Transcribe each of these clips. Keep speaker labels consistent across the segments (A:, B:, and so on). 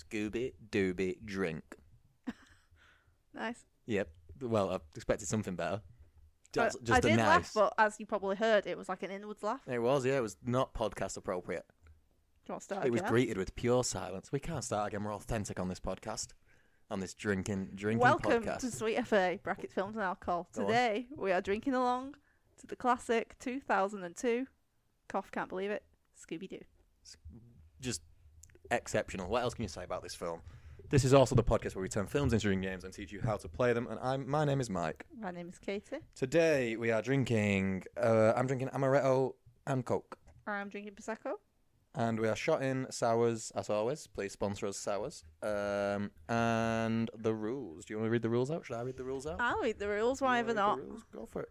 A: Scooby Dooby drink.
B: Nice.
A: Yep. Well, I expected something better.
B: But
A: Just, just
B: I
A: a
B: did laugh,
A: nice.
B: but as you probably heard, it was like an inwards laugh. Do
A: It was, yeah. It was not podcast appropriate.
B: you want to start
A: It was
B: again?
A: greeted with pure silence. We can't start again. We're authentic on this podcast, on this drinking drinking
B: Welcome
A: podcast.
B: to Sweet FA Brackets Films and Alcohol.
A: Go on.
B: Today we are drinking along to the classic 2002. Cough, can't believe it. Scooby Doo.
A: Just exceptional. What else can you say about this film? This is also the podcast where we turn films into drinking games and teach you how to play them. And I'm my name is Mike.
B: My name is Katie.
A: Today we are drinking. Uh, I'm drinking amaretto and coke,
B: I'm drinking prosecco.
A: and we are shot in sours as always. Please sponsor us sours. Um, and the rules. Do you want to read the rules out? Should I read the rules out?
B: I'll read the rules,
A: You
B: why
A: wanna
B: ever
A: read the
B: not?
A: rules? Go for it.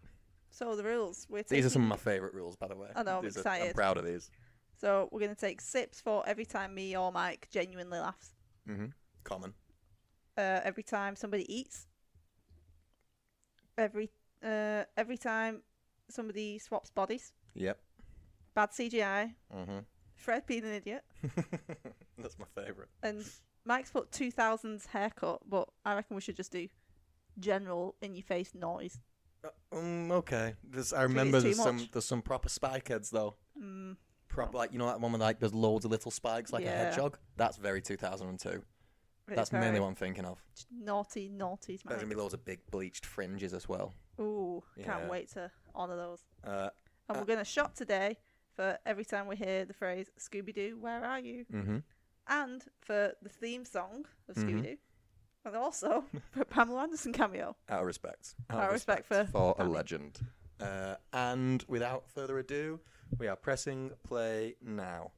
B: So the rules. We're taking,
A: These are some of my favourite rules, by the way.
B: I know, Oh, I'm
A: These are- I'm
B: excited.
A: proud of these.
B: So we're going to take sips for every time me or Mike genuinely laughs.
A: hmm Common.
B: uh, every time somebody eats. Every uh, every time somebody swaps bodies.
A: Yep.
B: Bad CGI.
A: hmm
B: Fred being an idiot.
A: That's my favourite.
B: And Mike's put two thousands haircut, but I reckon we should just do general in your face noise.
A: Uh, um, okay. This, I
B: you think
A: remember
B: it's too
A: there's some
B: much?
A: there's some proper spike heads though.
B: Mm,
A: Proper, like you know that one with like there's loads of little spikes like a
B: Yeah.
A: hedgehog. That's very 2002.
B: but
A: That's
B: it's very
A: mainly what I'm thinking of.
B: naughty, naughty.
A: There's gonna
B: Mike.
A: be loads of big bleached fringes as well.
B: Ooh,
A: Yeah.
B: can't wait to honour those.
A: Uh,
B: And
A: Uh,
B: we're gonna shop today for every time we hear the phrase "Scooby Doo, where are you?"
A: hmm
B: and for the theme song of
A: Mhm.
B: Scooby Doo, and also for Pamela Anderson cameo.
A: Out of Oh, respect.
B: Out of respect
A: for,
B: for
A: a
B: Danny.
A: legend. Uh, and without further ado, we are pressing play now.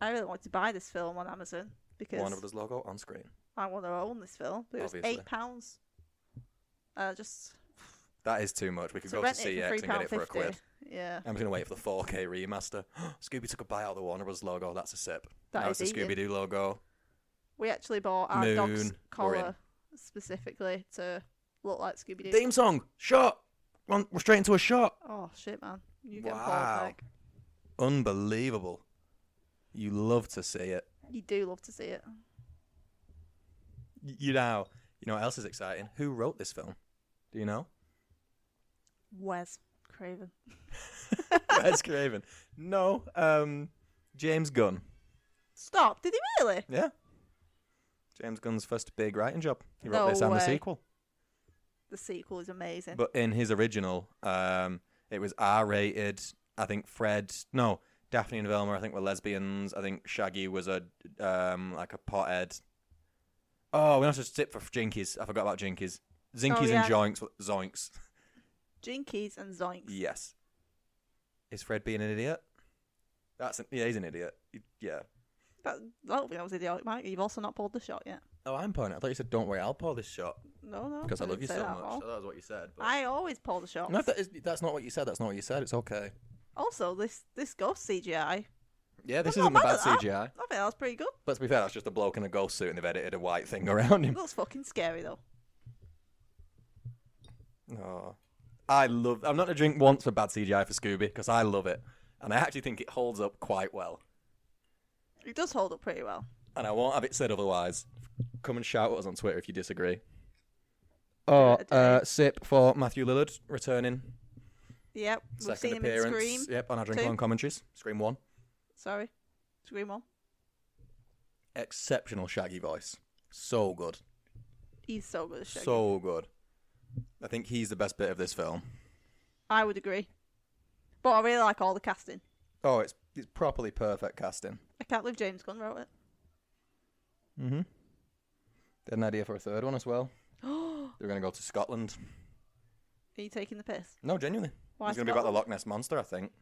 B: I really wanted to buy this film on Amazon because
A: One of those logo on screen.
B: I want to own this film. But it was
A: Obviously.
B: eight pounds. Uh, just
A: That is too much. We could
B: to
A: go to
B: rent it for
A: CX
B: three
A: and get
B: pound
A: it for a
B: fifty.
A: quid.
B: Yeah,
A: I'm just gonna wait for the 4K remaster. Scooby took a bite out of the Warner Bros. logo. That's a sip.
B: That
A: now
B: is
A: it's the
B: eating.
A: Scooby Doo logo.
B: we actually bought our dog's
A: Moon, we're in.
B: collar specifically to look like Scooby Doo.
A: Theme song. Shot. Run, we're straight into a shot.
B: Oh shit, man! You get
A: Wow.
B: wow. like
A: Unbelievable. You love to see it.
B: you do love to see it.
A: Y- You know. You know what else is exciting? Who wrote this film? Do you know?
B: Wes Craven.
A: Wes Craven. No. Um, James Gunn.
B: Stop! Did he really?
A: Yeah. James Gunn's first big writing job. He wrote
B: No
A: this and the
B: way.
A: sequel.
B: The sequel is amazing.
A: But in his original, um, it was R rated. I think Fred, no, Daphne and Velma, I think were lesbians. I think Shaggy was a um, like a pothead. Oh, we're not just tip for Jinkies. I forgot about Jinkies. Zinkies
B: Oh, yeah.
A: and Joinks. Zoinks.
B: Jinkies and Zoinks.
A: Yes. Is Fred being an idiot? That's an, yeah, he's an idiot. He- yeah.
B: That, I don't think that was idiotic, Mike. You've also not pulled the shot yet.
A: Oh, I'm pouring. it. I thought you said, "Don't worry, I'll pour this shot
B: No, no.
A: because I, love
B: didn't
A: you
B: say
A: so
B: that at
A: much."
B: all.
A: So that was what you said. But...
B: I always pull the shots.
A: No, that is, that's not what you said. That's not what you said. It's okay.
B: Also, this this ghost CGI.
A: Yeah, this
B: I'm
A: isn't
B: not
A: about
B: mad at that.
A: CGI.
B: I think that was pretty good.
A: Let's be fair, that's just a bloke in a ghost suit and they've edited a white thing around
B: It
A: him.
B: looks fucking scary though.
A: Oh, I love I'm not going to drink once for bad CGI for Scooby because I love it. And I actually think it holds up quite well.
B: It does hold up pretty well.
A: And I won't have it said otherwise. Come and shout at us on Twitter if you disagree. Oh,
B: it, do
A: uh, sip for Matthew Lillard returning.
B: Yep. We've
A: second
B: seen him
A: appearance.
B: in Scream.
A: Yep, on our drink
B: two.
A: along commentaries. Scream one.
B: Sorry. Scream one.
A: Exceptional Shaggy voice. So good.
B: He's so good at Shaggy.
A: So good. I think he's the best bit of this film.
B: I would agree. But I really like all the casting.
A: Oh, it's it's properly perfect casting.
B: I can't believe James Gunn wrote it.
A: Mm-hmm. They had an idea for a third one as well.
B: Are
A: They were going to go to Scotland.
B: you taking the piss?
A: No, genuinely.
B: Why
A: it's going to be about the Loch Ness Monster, I think.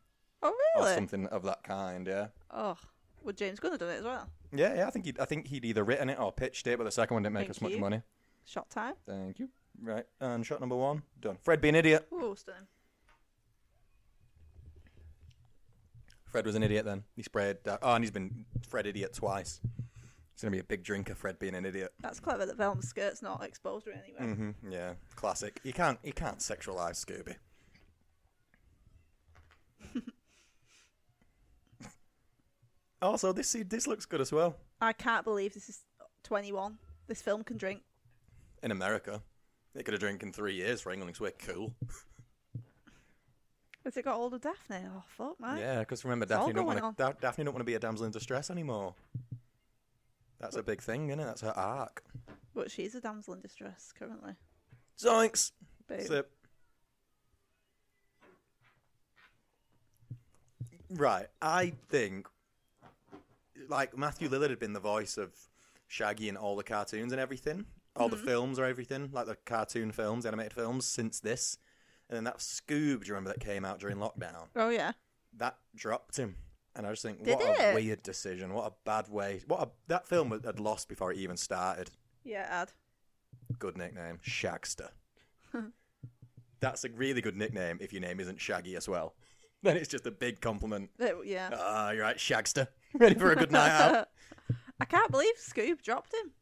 B: Oh
A: Or
B: really?
A: something of that kind, yeah.
B: Oh, would James Gunn have done it as well?
A: Yeah, yeah, I think he'd, I think he'd either written it or pitched it, but the second one didn't make
B: Thank
A: us much
B: you.
A: money.
B: Shot time.
A: Thank you. Right, and shot number one, done. Fred be an idiot.
B: Ooh, stunning.
A: Fred was an idiot then. He sprayed, uh, oh, and he's been Fred idiot twice. He's going to be a big drinker, Fred being an idiot.
B: That's clever that Velma's skirt's not exposed or anywhere.
A: hmm yeah, classic. You can't, you can't sexualize Scooby. also, this, this looks good as well.
B: I can't believe this is 21. This film can drink.
A: In America, they could have drank in three years for England 'cause we're cool.
B: Has it got older Daphne? Oh, fuck, man.
A: Yeah, because remember,
B: all
A: Daphne don't,
B: going
A: wanna, da- Daphne don't want to be a damsel in distress anymore. That's a big thing, isn't it? That's her arc.
B: But she's a damsel in distress currently.
A: Zoinks!
B: Boom.
A: Sip. Right, I think, like Matthew Lillard had been the voice of Shaggy in all the cartoons and everything, all
B: Mm-hmm.
A: the films or everything, like the cartoon films, animated films, since this, and then that Scoob, do you remember that came out during lockdown?
B: oh, yeah.
A: That dropped him, and I just think,
B: Did
A: what a
B: it?
A: weird decision, what a bad way, what a, that film had- had lost before it even started.
B: Yeah, ad.
A: Good nickname, Shagster. That's a really good nickname if your name isn't Shaggy as well. Then it's just a big compliment.
B: Uh, yeah.
A: Ah, you're right, Shagster. Ready for a good night out?
B: I can't believe Scoob dropped him.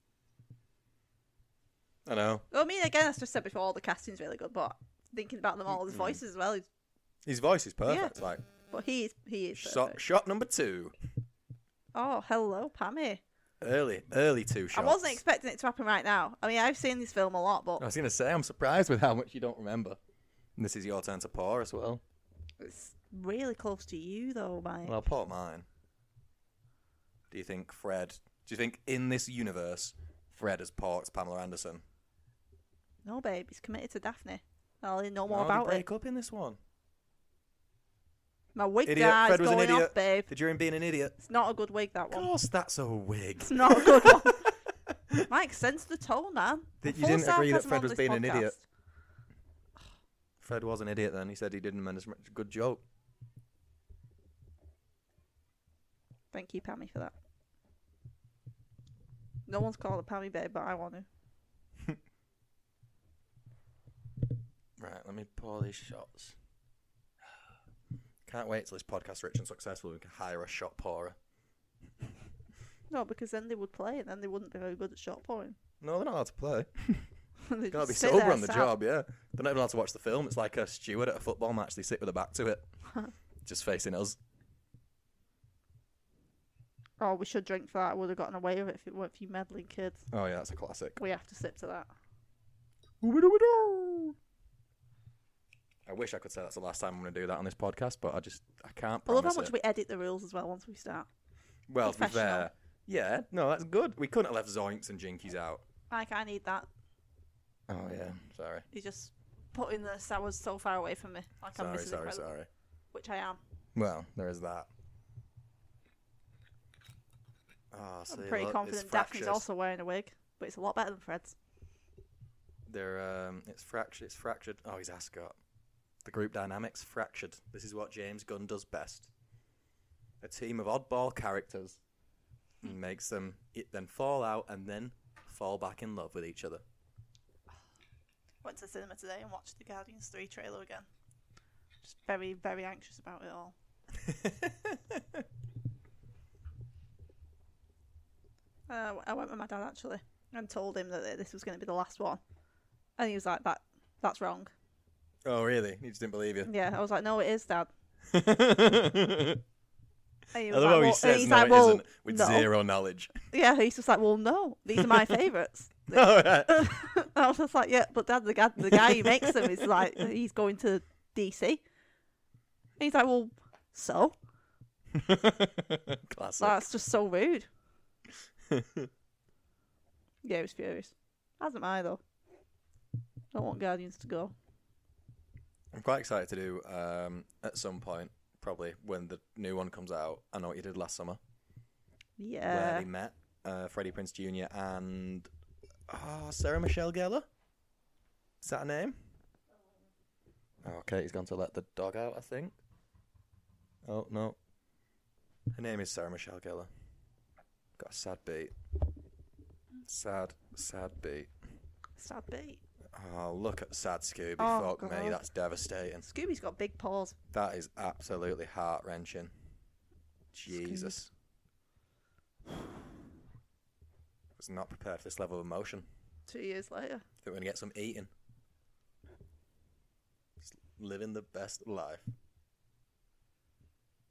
A: I know.
B: Well, I mean, again, as I said before, all the casting's really good, but thinking about them all, his voices as well. He's,
A: His voice is perfect. Like
B: but he is, he is
A: shot,
B: perfect.
A: shot number two,
B: Oh, hello, Pammy.
A: early, early two shots.
B: I wasn't expecting it to happen right now. I mean, I've seen this film a lot,
A: I
B: but
A: was gonna say I'm surprised with how much you don't remember. And this is your turn to pour as well.
B: it's really close to you, though, mate.
A: Well, I'll pour mine. Do you think Fred? Do you think in this universe, Fred has porked Pamela Anderson?
B: no, babe, he's committed to Daphne. I'll know
A: No,
B: more
A: they
B: about it.
A: break up in this one.
B: My wig
A: Idiot.
B: guy's
A: Fred was an
B: going
A: idiot.
B: off, babe.
A: Did you him being an idiot?
B: It's not a good wig, that
A: Of
B: one.
A: course, that's a wig.
B: It's not a good one. Mike, sense the tone, man.
A: That you
B: I'm full
A: didn't agree that
B: sarcasm
A: Fred
B: on
A: was
B: this
A: being an
B: podcast.
A: idiot. Fred was an idiot then. He said he didn't manage much good joke.
B: Thank you, Pammy, for that. No one's called a Pammy babe, but I want to.
A: Right, let me pour these shots. Can't wait till this podcast's rich and successful. We can hire a shot pourer.
B: No, because then they would play, and then they wouldn't be very good at shot pouring.
A: No, they're not allowed to play.
B: They
A: Gotta
B: just
A: be
B: sit
A: sober
B: there,
A: on the
B: sat-
A: job, yeah. They're not even allowed to watch the film. It's like a steward at a football match. They sit with their back to it, just facing us.
B: Oh, we should drink for that. I would have gotten away with it if it weren't for you meddling kids.
A: Oh yeah, that's a classic.
B: We have to sip to that.
A: I wish I could say that's the last time I'm going to do that on this podcast, but I just I can't.
B: I love how
A: promise
B: much
A: it.
B: we edit the rules as well once we start.
A: Well, to be
B: Professional.
A: fair, yeah, no, that's good. We couldn't have left Zoinks and Jinkies out.
B: Mike, I need that.
A: Oh yeah, sorry,
B: He's just putting the sours so far away from me. Like I'm
A: sorry,
B: missing
A: sorry,
B: it,
A: sorry.
B: which I am.
A: Well, there is that. Oh, see,
B: I'm pretty
A: look,
B: confident
A: it's
B: Daphne's
A: fractious.
B: also wearing a wig, but it's a lot better than Fred's.
A: They're um, it's fractured. It's fractured. Oh, he's ascot. The group dynamics fractured. This is what James Gunn does best. A team of oddball characters and makes them it then fall out and then fall back in love with each other.
B: Went to the cinema today and watched the Guardians 3 trailer again. Just very, very anxious about it all. Uh, I went with my dad actually and told him that this was going to be the last one. And he was like, that, that's wrong.
A: Oh, really? He just didn't believe you.
B: Yeah, I was like, no, it is, dad.
A: I
B: And he was
A: love
B: like,
A: how
B: well-
A: he
B: and
A: says
B: he's
A: no,
B: like,
A: it
B: well,
A: not with
B: no.
A: zero knowledge.
B: Yeah, he's just like, well, no, these are my favourites.
A: Alright.
B: and I was just like, yeah, but dad, the guy, the guy who makes them is like, he's going to DC. And he's like, well, so?
A: Classic.
B: That's just so rude. yeah, he was furious. As am I, though. Don't want Guardians to go.
A: I'm quite excited to do um, at some point, probably when the new one comes out. I know what you did last summer, where
B: Yeah.
A: they met uh, Freddie Prince Jr. and oh, Sarah Michelle Gellar. Is that her name? Oh, Katie's gone to let the dog out. I think. Oh no. Her name is Sarah Michelle Gellar. Got a sad beat. Sad, sad beat.
B: Sad beat.
A: Oh, look at sad Scooby.
B: Oh,
A: Fuck me,
B: God.
A: that's devastating.
B: Scooby's got big paws.
A: That is absolutely heart wrenching. Jesus. Was not prepared for this level of emotion.
B: Two years later.
A: Think we're gonna get some eating. Just living the best life.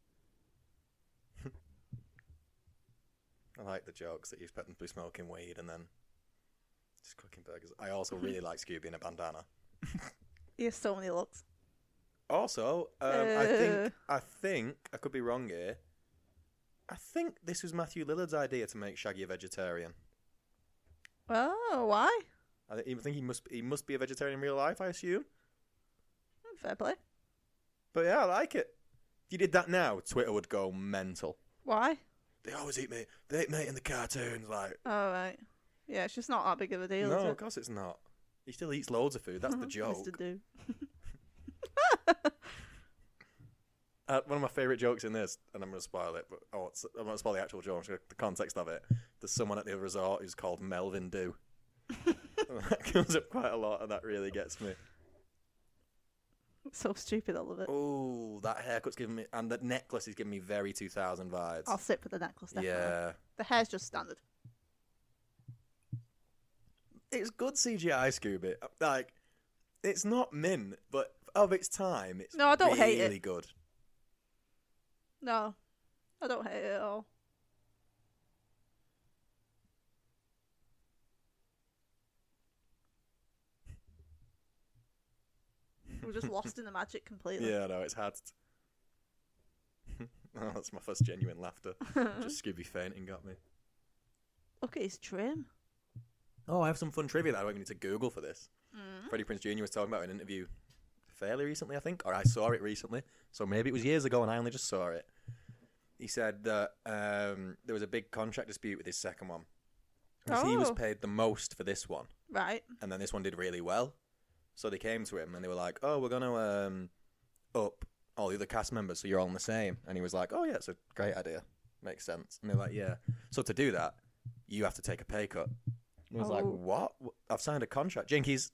A: I like the jokes that he's pretending to be smoking weed and then just cooking burgers. I also really like Scooby in a bandana.
B: He has so many looks.
A: Also, um, I think
B: Uh.
A: I think I could be wrong here. I think this was Matthew Lillard's idea to make Shaggy a vegetarian.
B: Oh, why?
A: I thi- I think he must he must be a vegetarian in real life. I assume.
B: Hmm, Fair play.
A: But yeah, I like it. If you did that now, Twitter would go mental.
B: Why?
A: They always eat meat. They eat meat in the cartoons. Like,
B: Oh, right. Yeah, it's just not that big of a deal,
A: no,
B: is
A: of
B: it?
A: course it's not. He still eats loads of food. That's the
B: Things
A: joke.
B: to do.
A: Uh, one of my favorite jokes in this, and I'm going to spoil it, but oh, it's, I'm going to spoil the actual joke, I'm just gonna- the context of it. There's someone at the resort who's called Melvin Dew. And that comes up quite a lot, and that really gets me.
B: It's so stupid, I love it.
A: Oh, that haircut's giving me, and that necklace is giving me very 2000 vibes.
B: I'll sit for the necklace, definitely.
A: yeah,
B: The hair's just standard.
A: it's good CGI, Scooby. Like, it's not min, but of its time, it's
B: No, I don't hate it.
A: really good.
B: No, I don't hate it at all. We're just lost in the magic completely.
A: Yeah, no, it's hard. to- oh, that's my first genuine laughter. Just Scooby fainting got me.
B: Look at his trim.
A: Oh, I have some fun trivia that I don't even need to Google for this. Freddie Prince Jr. was talking about in an interview fairly recently, I think, or I saw it recently. So maybe it was years ago and I only just saw it. He said that um, there was a big contract dispute with his second one. Because he was
B: Oh.
A: paid the most for this one,
B: Right.
A: and then this one did really well. So they came to him and they were like, oh, we're going to um, up all the other cast members so you're all on the same. And he was like, oh, yeah, it's a great idea. Makes sense. And they're like, yeah. So to do that, you have to take a pay cut. And I was like,
B: Oh.
A: what? I've signed a contract. Jinkies,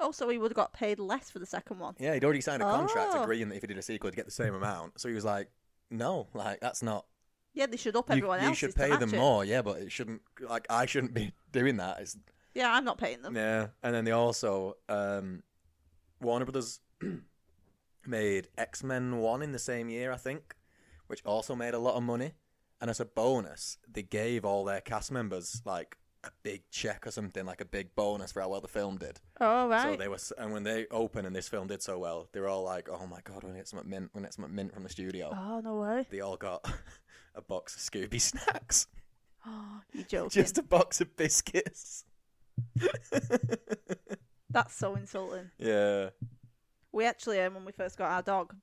B: Oh, so he would have got paid less for the second one.
A: yeah, he'd already signed a contract
B: Oh.
A: agreeing that if he did a sequel, he'd get the same amount. So he was like, no, like, that's not.
B: Yeah, they should up
A: You,
B: everyone
A: you
B: else.
A: should pay them more, yeah, but it shouldn't, like, I shouldn't be doing that. It's,
B: Yeah, I'm not paying them.
A: yeah. And then they also, um, Warner Brothers made X Men 1 in the same year, I think, which also made a lot of money. And as a bonus, they gave all their cast members, like, a big check or something, like a big bonus for how well the film did.
B: Oh, right.
A: So they were, s- and when they opened and this film did so well, they were all like, "Oh my god, we're gonna get some mint, we're gonna get some mint from the studio."
B: Oh, no way.
A: They all got a box of Scooby snacks,
B: Oh, you're joking.
A: just a box of biscuits.
B: That's so insulting.
A: Yeah,
B: We actually, um, when we first got our dog,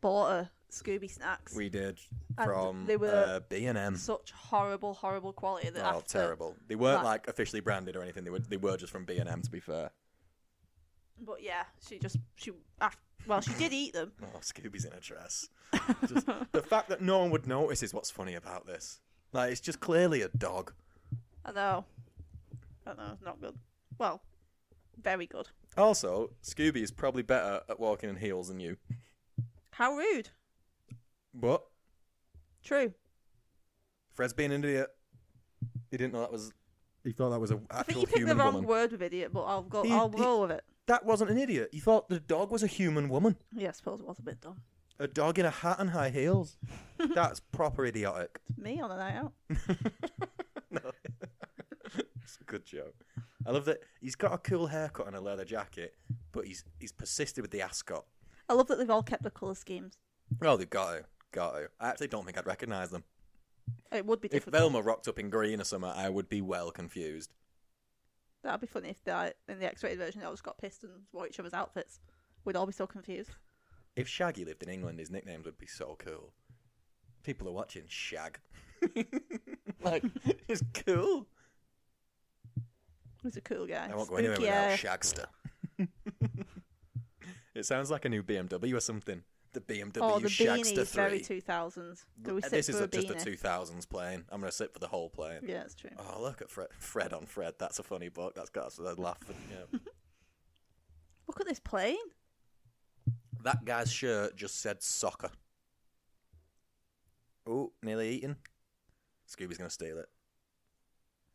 B: bought her Scooby snacks.
A: we did
B: And
A: from uh,
B: they were-
A: B and M.
B: Such horrible, horrible quality that
A: Mm. Oh,
B: after
A: terrible! They weren't
B: that-
A: like officially branded or anything. They were they were just from B and M. To be fair,
B: But yeah, she just she af well, she did eat them.
A: oh, Scooby's in a dress. Just- the fact that no one would notice is what's funny about this. Like, it's just clearly a dog.
B: I know. I know, it's not good. Well, very good.
A: Also, Scooby is probably better at walking in heels than you.
B: How rude.
A: But
B: True.
A: Fred's being an idiot. He didn't know that was. He thought that was an
B: I think you picked the wrong word with idiot, but I'll go.
A: He-
B: I'll
A: he-
B: roll with it.
A: That wasn't an idiot. He thought the dog was a human woman.
B: Yeah, I suppose it was a bit dumb.
A: A dog in a hat and high heels. That's proper idiotic.
B: It's me on a night out.
A: no. it's a good joke. I love that he's got a cool haircut and a leather jacket, but he's he's persisted with the ascot.
B: I love that they've all kept the colour schemes.
A: Oh, they've got to. Got to. I actually don't think I'd recognise them.
B: It would be
A: If
B: difficult.
A: Velma rocked up in green or something, I would be well confused.
B: That'd be funny if they in the X-rated version they all just got pissed and wore each other's outfits. We'd all be so confused.
A: If Shaggy lived in England, his nicknames would be so cool. People are watching Shag. like, it's cool.
B: He's a cool guy.
A: I won't go
B: Spooky
A: anywhere without
B: hair.
A: Shagster. it sounds like a new BMW or something. The BMW
B: Oh, the
A: Shagster
B: beanie's
A: 3.
B: very two thousands. Do we sit
A: Uh, this
B: for
A: is
B: a,
A: a, just a
B: beanie?
A: 2000s plane. I'm going to sit for the whole plane.
B: Yeah, it's true.
A: Oh, look at Fred, Fred on Fred. That's a funny book. That's got us a laugh. Yeah.
B: Look at this plane.
A: that guy's shirt just said soccer. Oh, nearly eaten. Scooby's going to steal it.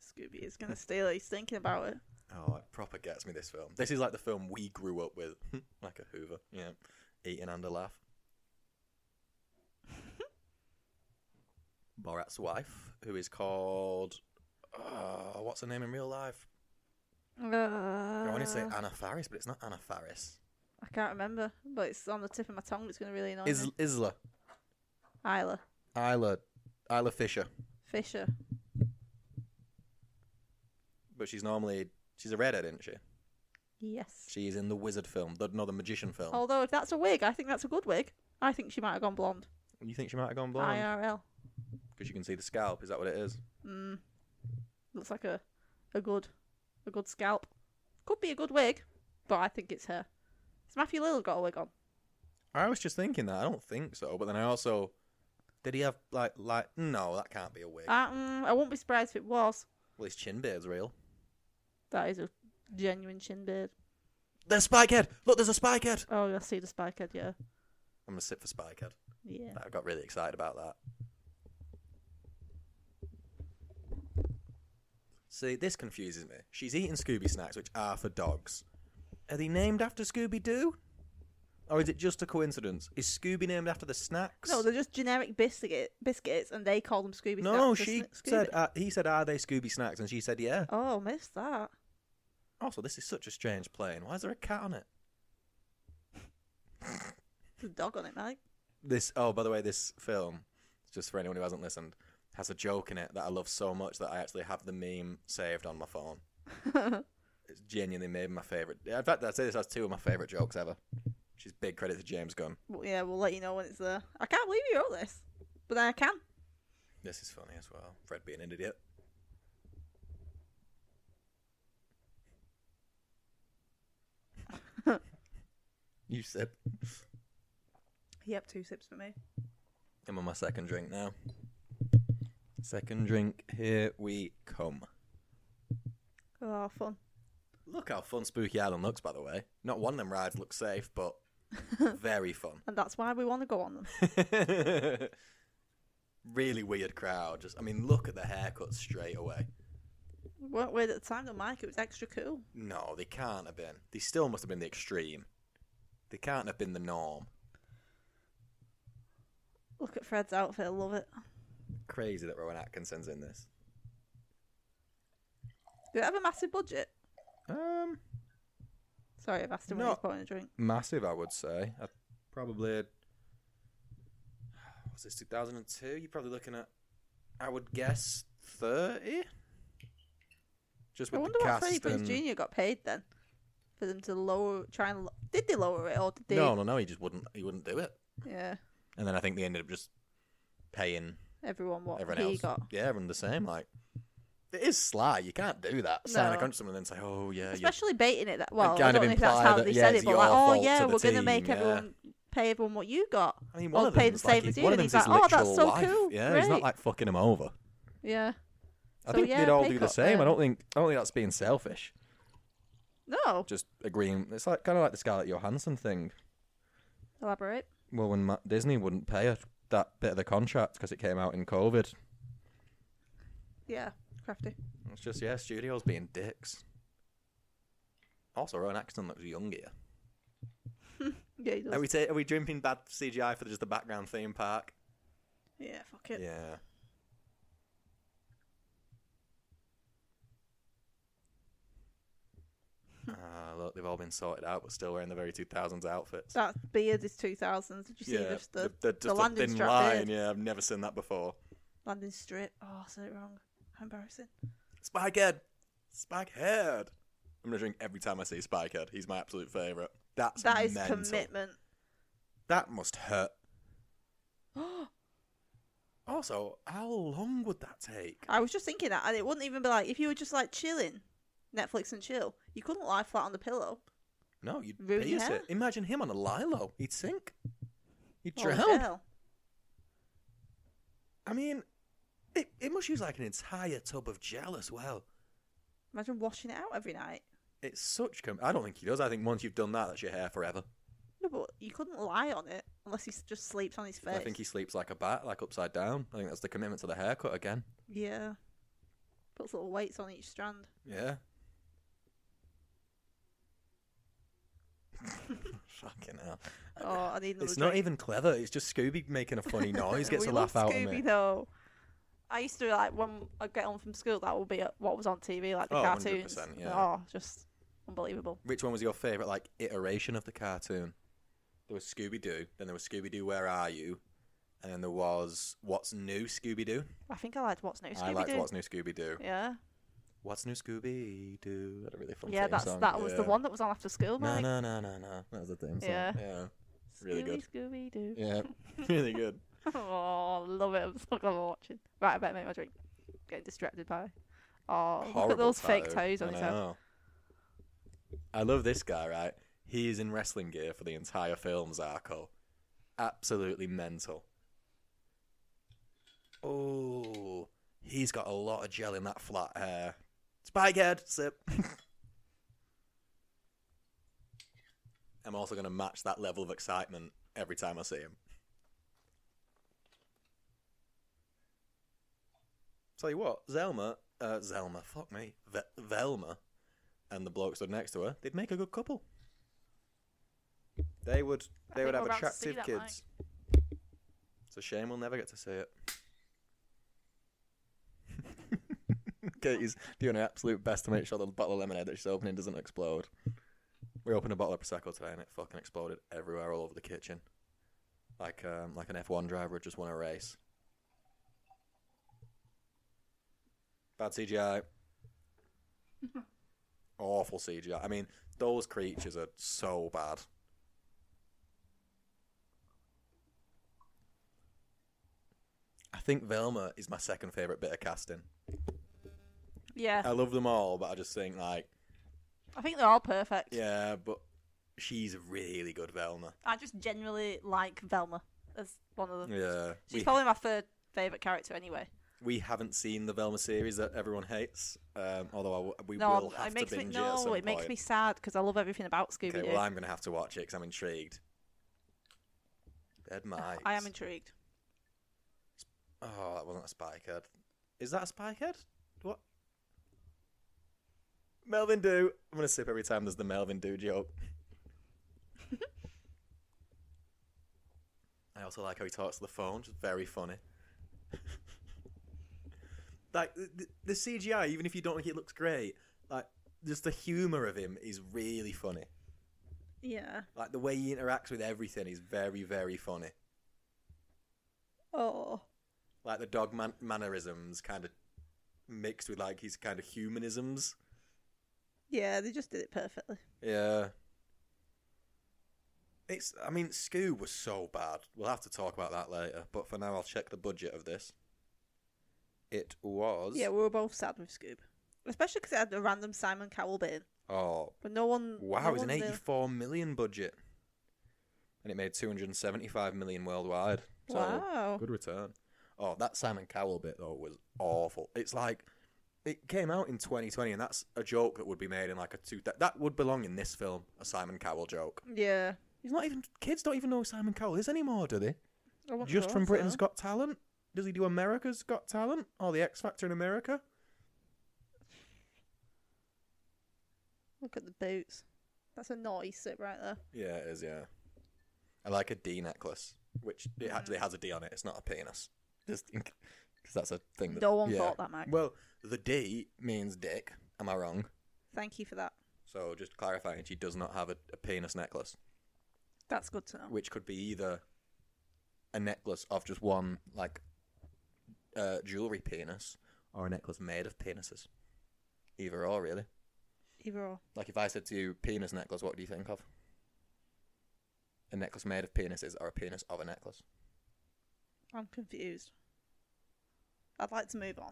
B: Scooby is gonna steal it. He's thinking about it.
A: Oh, it proper gets me this film. This is like the film we grew up with, like a Hoover. Yeah, eating and a laugh. Borat's wife, who is called oh, what's her name in real life? I want to say Anna Faris, but it's not Anna Faris.
B: I can't remember, but it's on the tip of my tongue. It's going to really annoy
A: Is
B: me.
A: Isla,
B: Isla
A: Isla, Isla Fisher,
B: Fisher.
A: but she's normally she's a redhead, isn't she?
B: Yes.
A: She's in the Wizard film, the no, the Magician film.
B: Although if that's a wig, I think that's a good wig. I think she might have gone blonde.
A: You think she might have gone blonde
B: IRL.
A: because you can see the scalp? Is that what it is?
B: Mm. Looks like a, a good, a good scalp. Could be a good wig, but I think it's her. Has Matthew Lillard got a wig on?
A: I was just thinking that. I don't think so, but then I also did he have like like no, that can't be a wig.
B: I, mm, I won't be surprised if it was.
A: well, his chin beard's real.
B: That is a genuine chin beard.
A: There's Spikehead. Look, there's a Spikehead.
B: Oh, I see the spike head. Yeah,
A: I'm gonna sit for Spikehead.
B: yeah.
A: I got really excited about that. See, this confuses me. She's eating Scooby snacks, which are for dogs. Are they named after Scooby Doo? Or is it just a coincidence? Is Scooby named after the snacks?
B: No, they're just generic biscuit biscuits, and they call them Scooby.
A: no,
B: Snacks
A: no,
B: for
A: she
B: Sn- Scooby.
A: said. Uh, he said, "Are they Scooby snacks?" And she said, "Yeah."
B: Oh, missed that.
A: Also, this is such a strange plane. Why is there a cat on it?
B: There's a dog on it, Mike.
A: This. Oh, by the way, this film, just for anyone who hasn't listened, has a joke in it that I love so much that I actually have the meme saved on my phone. It's genuinely made my favorite. In fact, I'd say this has two of my favorite jokes ever. Which is big credit to James Gunn.
B: well, yeah, we'll let you know when it's there. I can't believe you wrote this, but then I can.
A: This is funny as well. Fred being an idiot. you sip.
B: Yep, two sips for me.
A: I'm on my second drink now. Second drink. Here we come.
B: Oh, fun.
A: Look how fun Spooky Island looks, by the way. Not one of them rides looks safe, but very fun.
B: And that's why we want to go on them.
A: really weird crowd. Just, I mean, look at the haircut straight away.
B: We weren't weird at the time, though, Mike. It was extra cool.
A: No, they can't have been. They still must have been the extreme. They can't have been the norm.
B: Look at Fred's outfit. I love it.
A: Crazy that Rowan Atkinson's in this.
B: Do they have a massive budget?
A: Um,
B: Sorry, I've asked him
A: No.
B: when he's pouring a drink.
A: massive, I would say. I probably was this 2002. You're probably looking at, I would guess, thirty. Just
B: I
A: with
B: wonder
A: the
B: what
A: cast
B: Freddie Prinze
A: and-
B: Jr. got paid then for them to lower, try and lo- did they lower it or did they?
A: No, no, no. He just wouldn't. He wouldn't do it.
B: Yeah,
A: And then I think they ended up just paying
B: everyone what
A: everyone
B: he
A: else.
B: got,
A: Yeah, everyone the same. Like it is sly. You can't do that. Sign a
B: No.
A: contract to someone and then say, "Oh yeah, you
B: especially baiting it. That well, I
A: kind of
B: don't know if that's
A: imply
B: how
A: that,
B: they
A: yeah,
B: said
A: it's
B: it, but
A: your
B: like, oh
A: fault
B: yeah,
A: to the
B: we're gonna
A: team,
B: make
A: yeah.
B: everyone pay everyone what you got.
A: I mean,
B: All
A: one of
B: paid
A: them's
B: the same
A: like,
B: as you,
A: one of
B: and
A: them's
B: he's like,
A: his
B: "Oh, that's
A: literal
B: so
A: wife."
B: cool,
A: Yeah, he's not
B: great.
A: like fucking him over.
B: Yeah,
A: I
B: So,
A: think
B: yeah,
A: they'd all
B: pay
A: do the
B: cut
A: same. I
B: then.
A: don't think. I don't think that's being selfish.
B: no,
A: Just agreeing. It's like kind of like the Scarlett Johansson thing.
B: elaborate.
A: Well, when Matt Disney wouldn't pay her that bit of the contract because it came out in COVID.
B: Yeah, crafty.
A: It's just yeah, studios being dicks. Also, Rowan Atkinson looks young here.
B: Yeah, he does.
A: Are we ta- are we drimping bad CGI for just the background theme park?
B: yeah, fuck it.
A: Yeah.
B: Hmm.
A: Ah, look, they've all been sorted out, but still wearing the very 2000s outfits.
B: That beard is two thousands. Did you see
A: yeah,
B: this? The,
A: the, the, just a
B: landing
A: thin
B: strap
A: line.
B: beard.
A: Yeah, I've never seen that before.
B: landing strip. Oh, I said it wrong. How embarrassing.
A: Spikehead, Spikehead. I'm gonna drink every time I see Spikehead. He's my absolute favorite. That's
B: That is
A: mental.
B: commitment.
A: That must hurt. Also, how long would that take?
B: I was just thinking that, and it wouldn't even be like if you were just like chilling, Netflix and chill. You couldn't lie flat on the pillow.
A: No, you'd
B: Ruin your
A: pierce
B: hair.
A: it. Imagine him on a lilo. He'd sink. He'd
B: What the
A: drown.
B: hell?
A: I mean, it, it must use like an entire tub of gel as well.
B: Imagine washing it out every night.
A: It's such. Com- I don't think he does. I think once you've done that, that's your hair forever.
B: No, but you couldn't lie on it unless he s- just sleeps on his face.
A: I think he sleeps like a bat, like upside down. I think that's the commitment to the haircut again.
B: Yeah. Puts little weights on each strand.
A: Yeah. Fucking hell.
B: Oh, I need another
A: It's not
B: drink.
A: even clever. It's just Scooby making a funny noise gets
B: we
A: a laugh
B: love
A: out
B: Scooby
A: of me.
B: though. I used to like when I get home from school, that would be uh, what was on TV, like the
A: Oh,
B: cartoons.
A: 100%, yeah.
B: Oh, just unbelievable.
A: Which one was your favorite like iteration of the cartoon? There was Scooby Doo, then there was Scooby Doo Where Are You, and then there was What's New Scooby Doo.
B: I think I liked What's New
A: I
B: Scooby
A: liked
B: Doo.
A: What's New Scooby Doo.
B: Yeah,
A: What's New Scooby Doo? Had a really fun
B: yeah,
A: theme
B: that's
A: song.
B: that was the
A: Yeah.
B: one that was on after school.
A: No,
B: Mike.
A: no, no, no, no. That was the theme song.
B: Yeah.
A: yeah, really
B: Scooby, Scooby Doo.
A: yeah. really good.
B: oh, love it. I'm so glad I'm watching. Right, I better make my drink. Getting distracted by. Oh, look
A: Horrible
B: at those fake
A: toe.
B: toes
A: I
B: on his head.
A: know. I love this guy, right? He is in wrestling gear for the entire film, Zarko. Absolutely mental. Oh, he's got a lot of gel in that flat hair. Spikehead, sip. I'm also going to match that level of excitement every time I see him. Tell you what, Zelma, uh, Zelma, fuck me, v- Velma, and the bloke stood next to her, they'd make a good couple. They would, they
B: I think
A: would have
B: we're about to see
A: attractive
B: that, Mike.
A: kids. It's a shame we'll never get to see it. Katie's doing her absolute best to make sure the bottle of lemonade that she's opening doesn't explode. We opened a bottle of prosecco today, and it fucking exploded everywhere, all over the kitchen, like um, like an F1 driver had just won a race. Bad CGI. Awful CGI. I mean, those creatures are so bad. I think Velma is my second favorite bit of casting.
B: Yeah,
A: I love them all, but I just think like,
B: I think they're all perfect.
A: yeah, but she's a really good Velma.
B: I just generally like Velma as one of them.
A: Yeah,
B: She's
A: we,
B: probably my third favorite character anyway.
A: we haven't seen the Velma series that everyone hates. Um, although I w we will
B: No,
A: have
B: it makes
A: to
B: me
A: binge it. At
B: no,
A: some
B: it makes
A: point.
B: me sad because I love everything about Scooby Doo.
A: Okay, well, I'm gonna have to watch it because I'm intrigued. Dead mice.
B: I am intrigued.
A: Oh, that wasn't a spikehead. Is that a spikehead? What? Melvin Dew. I'm gonna sip every time there's the Melvin Dew joke. I also like how he talks to the phone. Just very funny. like the, the- the CGI, even if you don't think it looks great, like just the humor of him is really funny.
B: Yeah.
A: Like the way he interacts with everything is very, very funny.
B: Oh.
A: like the dog man- mannerisms kind of mixed with like his kind of humanisms.
B: Yeah, they just did it perfectly.
A: Yeah. It's. I mean, Scoob was so bad. We'll have to talk about that later. But for now, I'll check the budget of this. It was.
B: Yeah, we were both sad with Scoob, especially because it had a random Simon Cowell bit in,
A: Oh
B: but no one.
A: wow!
B: no uh,
A: it was an
B: one really-
A: eighty-four million budget, and it made two hundred seventy-five million worldwide. So
B: Wow.
A: Good return. Oh, that Simon Cowell bit though was awful. It's like it came out in 2020, and that's a joke that would be made in like a two. That, that would belong in this film, a Simon Cowell joke.
B: Yeah.
A: He's not even kids don't even know who Simon Cowell is anymore, do they?
B: I wouldn't
A: Just
B: know,
A: from
B: so.
A: Britain's Got Talent. Does he do America's Got Talent or the X Factor in America?
B: Look at the boots. That's a naughty sip right there.
A: Yeah, it is. Yeah, I like a D necklace, which it actually has a D on it. It's not a penis, just because that's a thing. That,
B: No one
A: yeah.
B: thought that, Mike.
A: Well, the D means dick. Am I wrong?
B: Thank you for that.
A: So just clarifying, she does not have a, a penis necklace,
B: That's good to know.
A: which could be either a necklace of just one like uh, jewelry penis or a necklace made of penises. Either or, really.
B: Either or.
A: Like if I said to you, penis necklace, what do you think of? A necklace made of penises or a penis of a necklace.
B: I'm confused. I'd like to move on.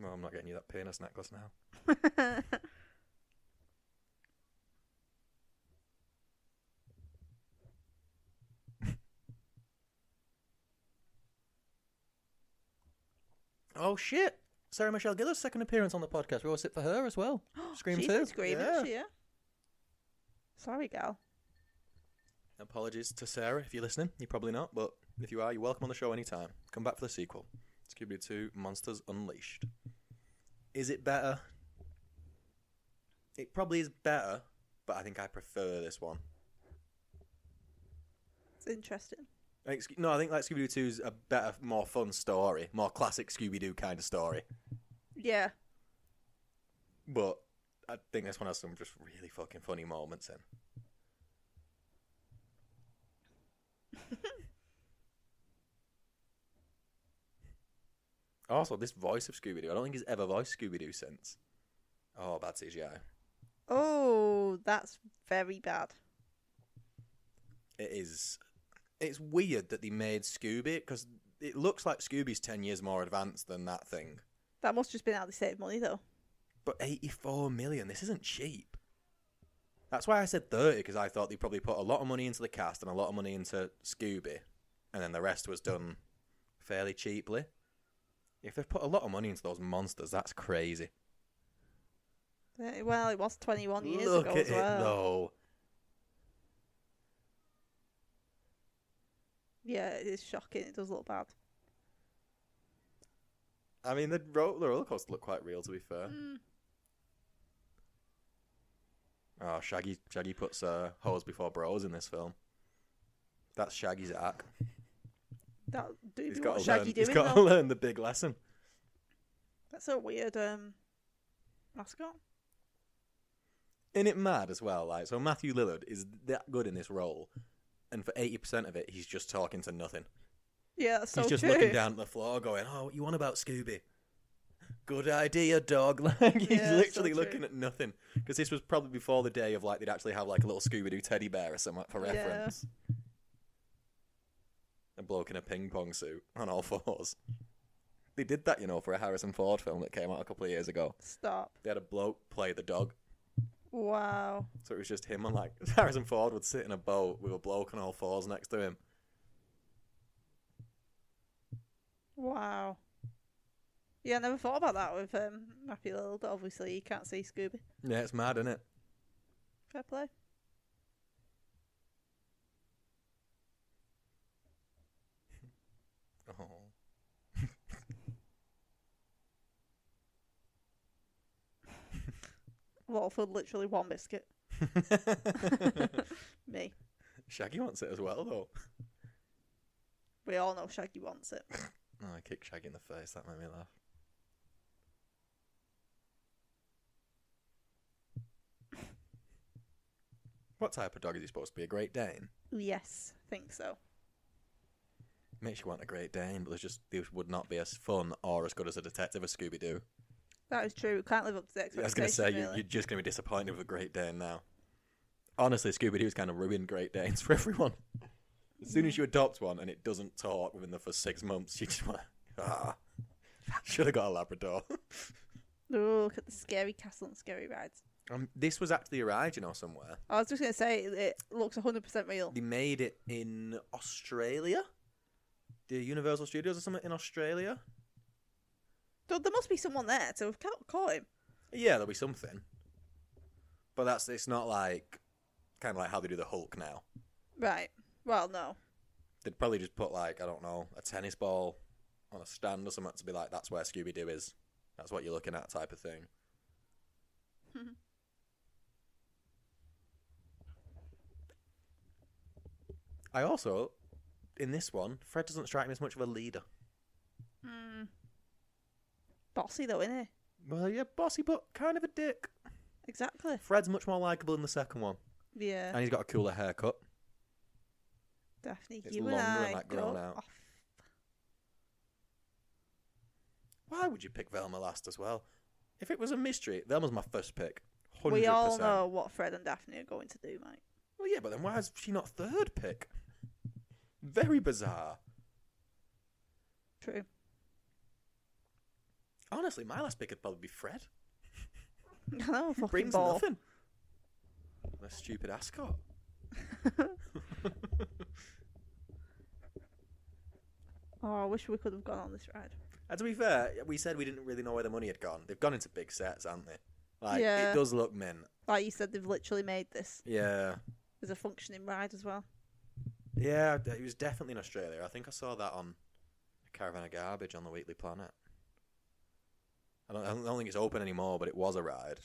A: Well, I'm not getting you that penis necklace now. Oh shit! Sarah Michelle Gellar's second appearance on the podcast. We all sit for her as well. Scream
B: She's
A: too.
B: been screaming,
A: Yeah.
B: she, yeah. Sorry, gal.
A: Apologies to Sarah if you're listening. You're probably not, but if you are, you're welcome on the show anytime. Come back for the sequel Scooby Doo 2 Monsters Unleashed. Is it better? It probably is better, but I think I prefer this one.
B: That's interesting.
A: Excu- no, I think like Scooby Doo 2's a better, more fun story, more classic Scooby Doo kind of story.
B: Yeah.
A: But I think this one has some just really fucking funny moments in. also, this voice of Scooby Doo, I don't think he's ever voiced Scooby Doo since. Oh, bad CGI.
B: Oh, that's very bad.
A: It is. It's weird that they made Scooby because it looks like Scooby's 10 years more advanced than that thing.
B: That must just been how they saved money, though.
A: But 84 million, this isn't cheap. That's why I said 30, because I thought they probably put a lot of money into the cast and a lot of money into Scooby, and then the rest was done fairly cheaply. If they've put a lot of money into those monsters, that's crazy.
B: Eh, Well, it was 21 years
A: Look
B: ago
A: at
B: as well.
A: it, though.
B: Yeah, it is shocking. It does look bad.
A: I mean, the, ro- the roller coaster looked quite real, to be fair.
B: Mm.
A: Oh, Shaggy Shaggy puts uh, hoes before bros in this film. That's Shaggy's arc.
B: That do
A: He's
B: be
A: got
B: what
A: to
B: Shaggy
A: learn,
B: doing
A: he's got to
B: though.
A: learn the big lesson.
B: That's a weird um mascot.
A: Isn't it mad as well? Like, so Matthew Lillard is that good in this role, and for eighty percent of it, he's just talking to nothing.
B: Yeah, that's so
A: he's just
B: true.
A: looking down at the floor, going, "Oh, what you want about Scooby? Good idea, dog." Like he's
B: Yeah, so
A: literally
B: true.
A: looking at nothing because this was probably before the day of like they'd actually have like a little Scooby Doo teddy bear or something for
B: Yeah.
A: reference. A bloke in a ping pong suit on all fours. They did that, you know, for a Harrison Ford film that came out a couple of years ago.
B: Stop.
A: They had a bloke play the dog.
B: Wow.
A: So it was just him and like Harrison Ford would sit in a boat with a bloke on all fours next to him.
B: Wow. Yeah, I never thought about that with um Matthew Lillard, but obviously you can't see Scooby.
A: Yeah, it's mad, isn't it?
B: Fair play.
A: Oh.
B: Lawford literally one biscuit. Me.
A: Shaggy wants it as well, though.
B: We all know Shaggy wants it.
A: No, Oh, I kicked Shaggy in the face. That made me laugh. What type of dog is he supposed to be? A Great Dane?
B: Yes, think so.
A: Makes you want a Great Dane, but there's just they would not be as fun or as good as a detective as Scooby Doo.
B: That is true. We can't live up to the
A: I was
B: expectation.
A: going to say, you,
B: really.
A: you're just going to be disappointed with a Great Dane now. Honestly, Scooby Doo's kind of ruined Great Danes for everyone. As soon as you adopt one and it doesn't talk within the first six months, you just want to, ah, should have got a Labrador.
B: Ooh, look at the scary castle and scary rides.
A: um, this was actually arrived, you know, somewhere.
B: I was just going to say, it, it looks 100% real.
A: They made it in Australia? The Universal Studios or something in Australia?
B: There, there must be someone there to have ca- caught him.
A: Yeah, there'll be something. But that's it's not like kind of like how they do the Hulk now.
B: Right. Well, no.
A: they'd probably just put like I don't know a tennis ball on a stand or something to be like that's where Scooby Doo is. That's what you're looking at, type of thing. I also, in this one, Fred doesn't strike me as much of a leader.
B: Mm. Bossy, though, isn't he?
A: Well, yeah, bossy, but kind of a dick.
B: Exactly.
A: Fred's much more likable in the second one,
B: Yeah.
A: and he's got a cooler haircut.
B: Daphne,
A: It's
B: you and
A: longer and
B: I
A: that
B: go
A: grown out.
B: off.
A: Why would you pick Velma last as well? If it was a mystery, Velma's my first pick. 100%.
B: We all know what Fred and Daphne are going to do, Mike.
A: Well, yeah, but then why is she not third pick? Very bizarre.
B: True.
A: Honestly, my last pick would probably be Fred.
B: I know, fucking
A: Brings
B: ball.
A: nothing. The stupid ascot.
B: Oh, I wish we could have gone on this ride.
A: And to be fair, we said we didn't really know where the money had gone. They've gone into big sets, haven't they? Like
B: Yeah.
A: it does look mint.
B: Like you said, they've literally made this
A: Yeah,
B: as a functioning ride as well.
A: yeah. It was definitely in Australia. I think I saw that on Caravan of Garbage on the Weekly Planet. I don't, I don't think it's open anymore, but it was a ride.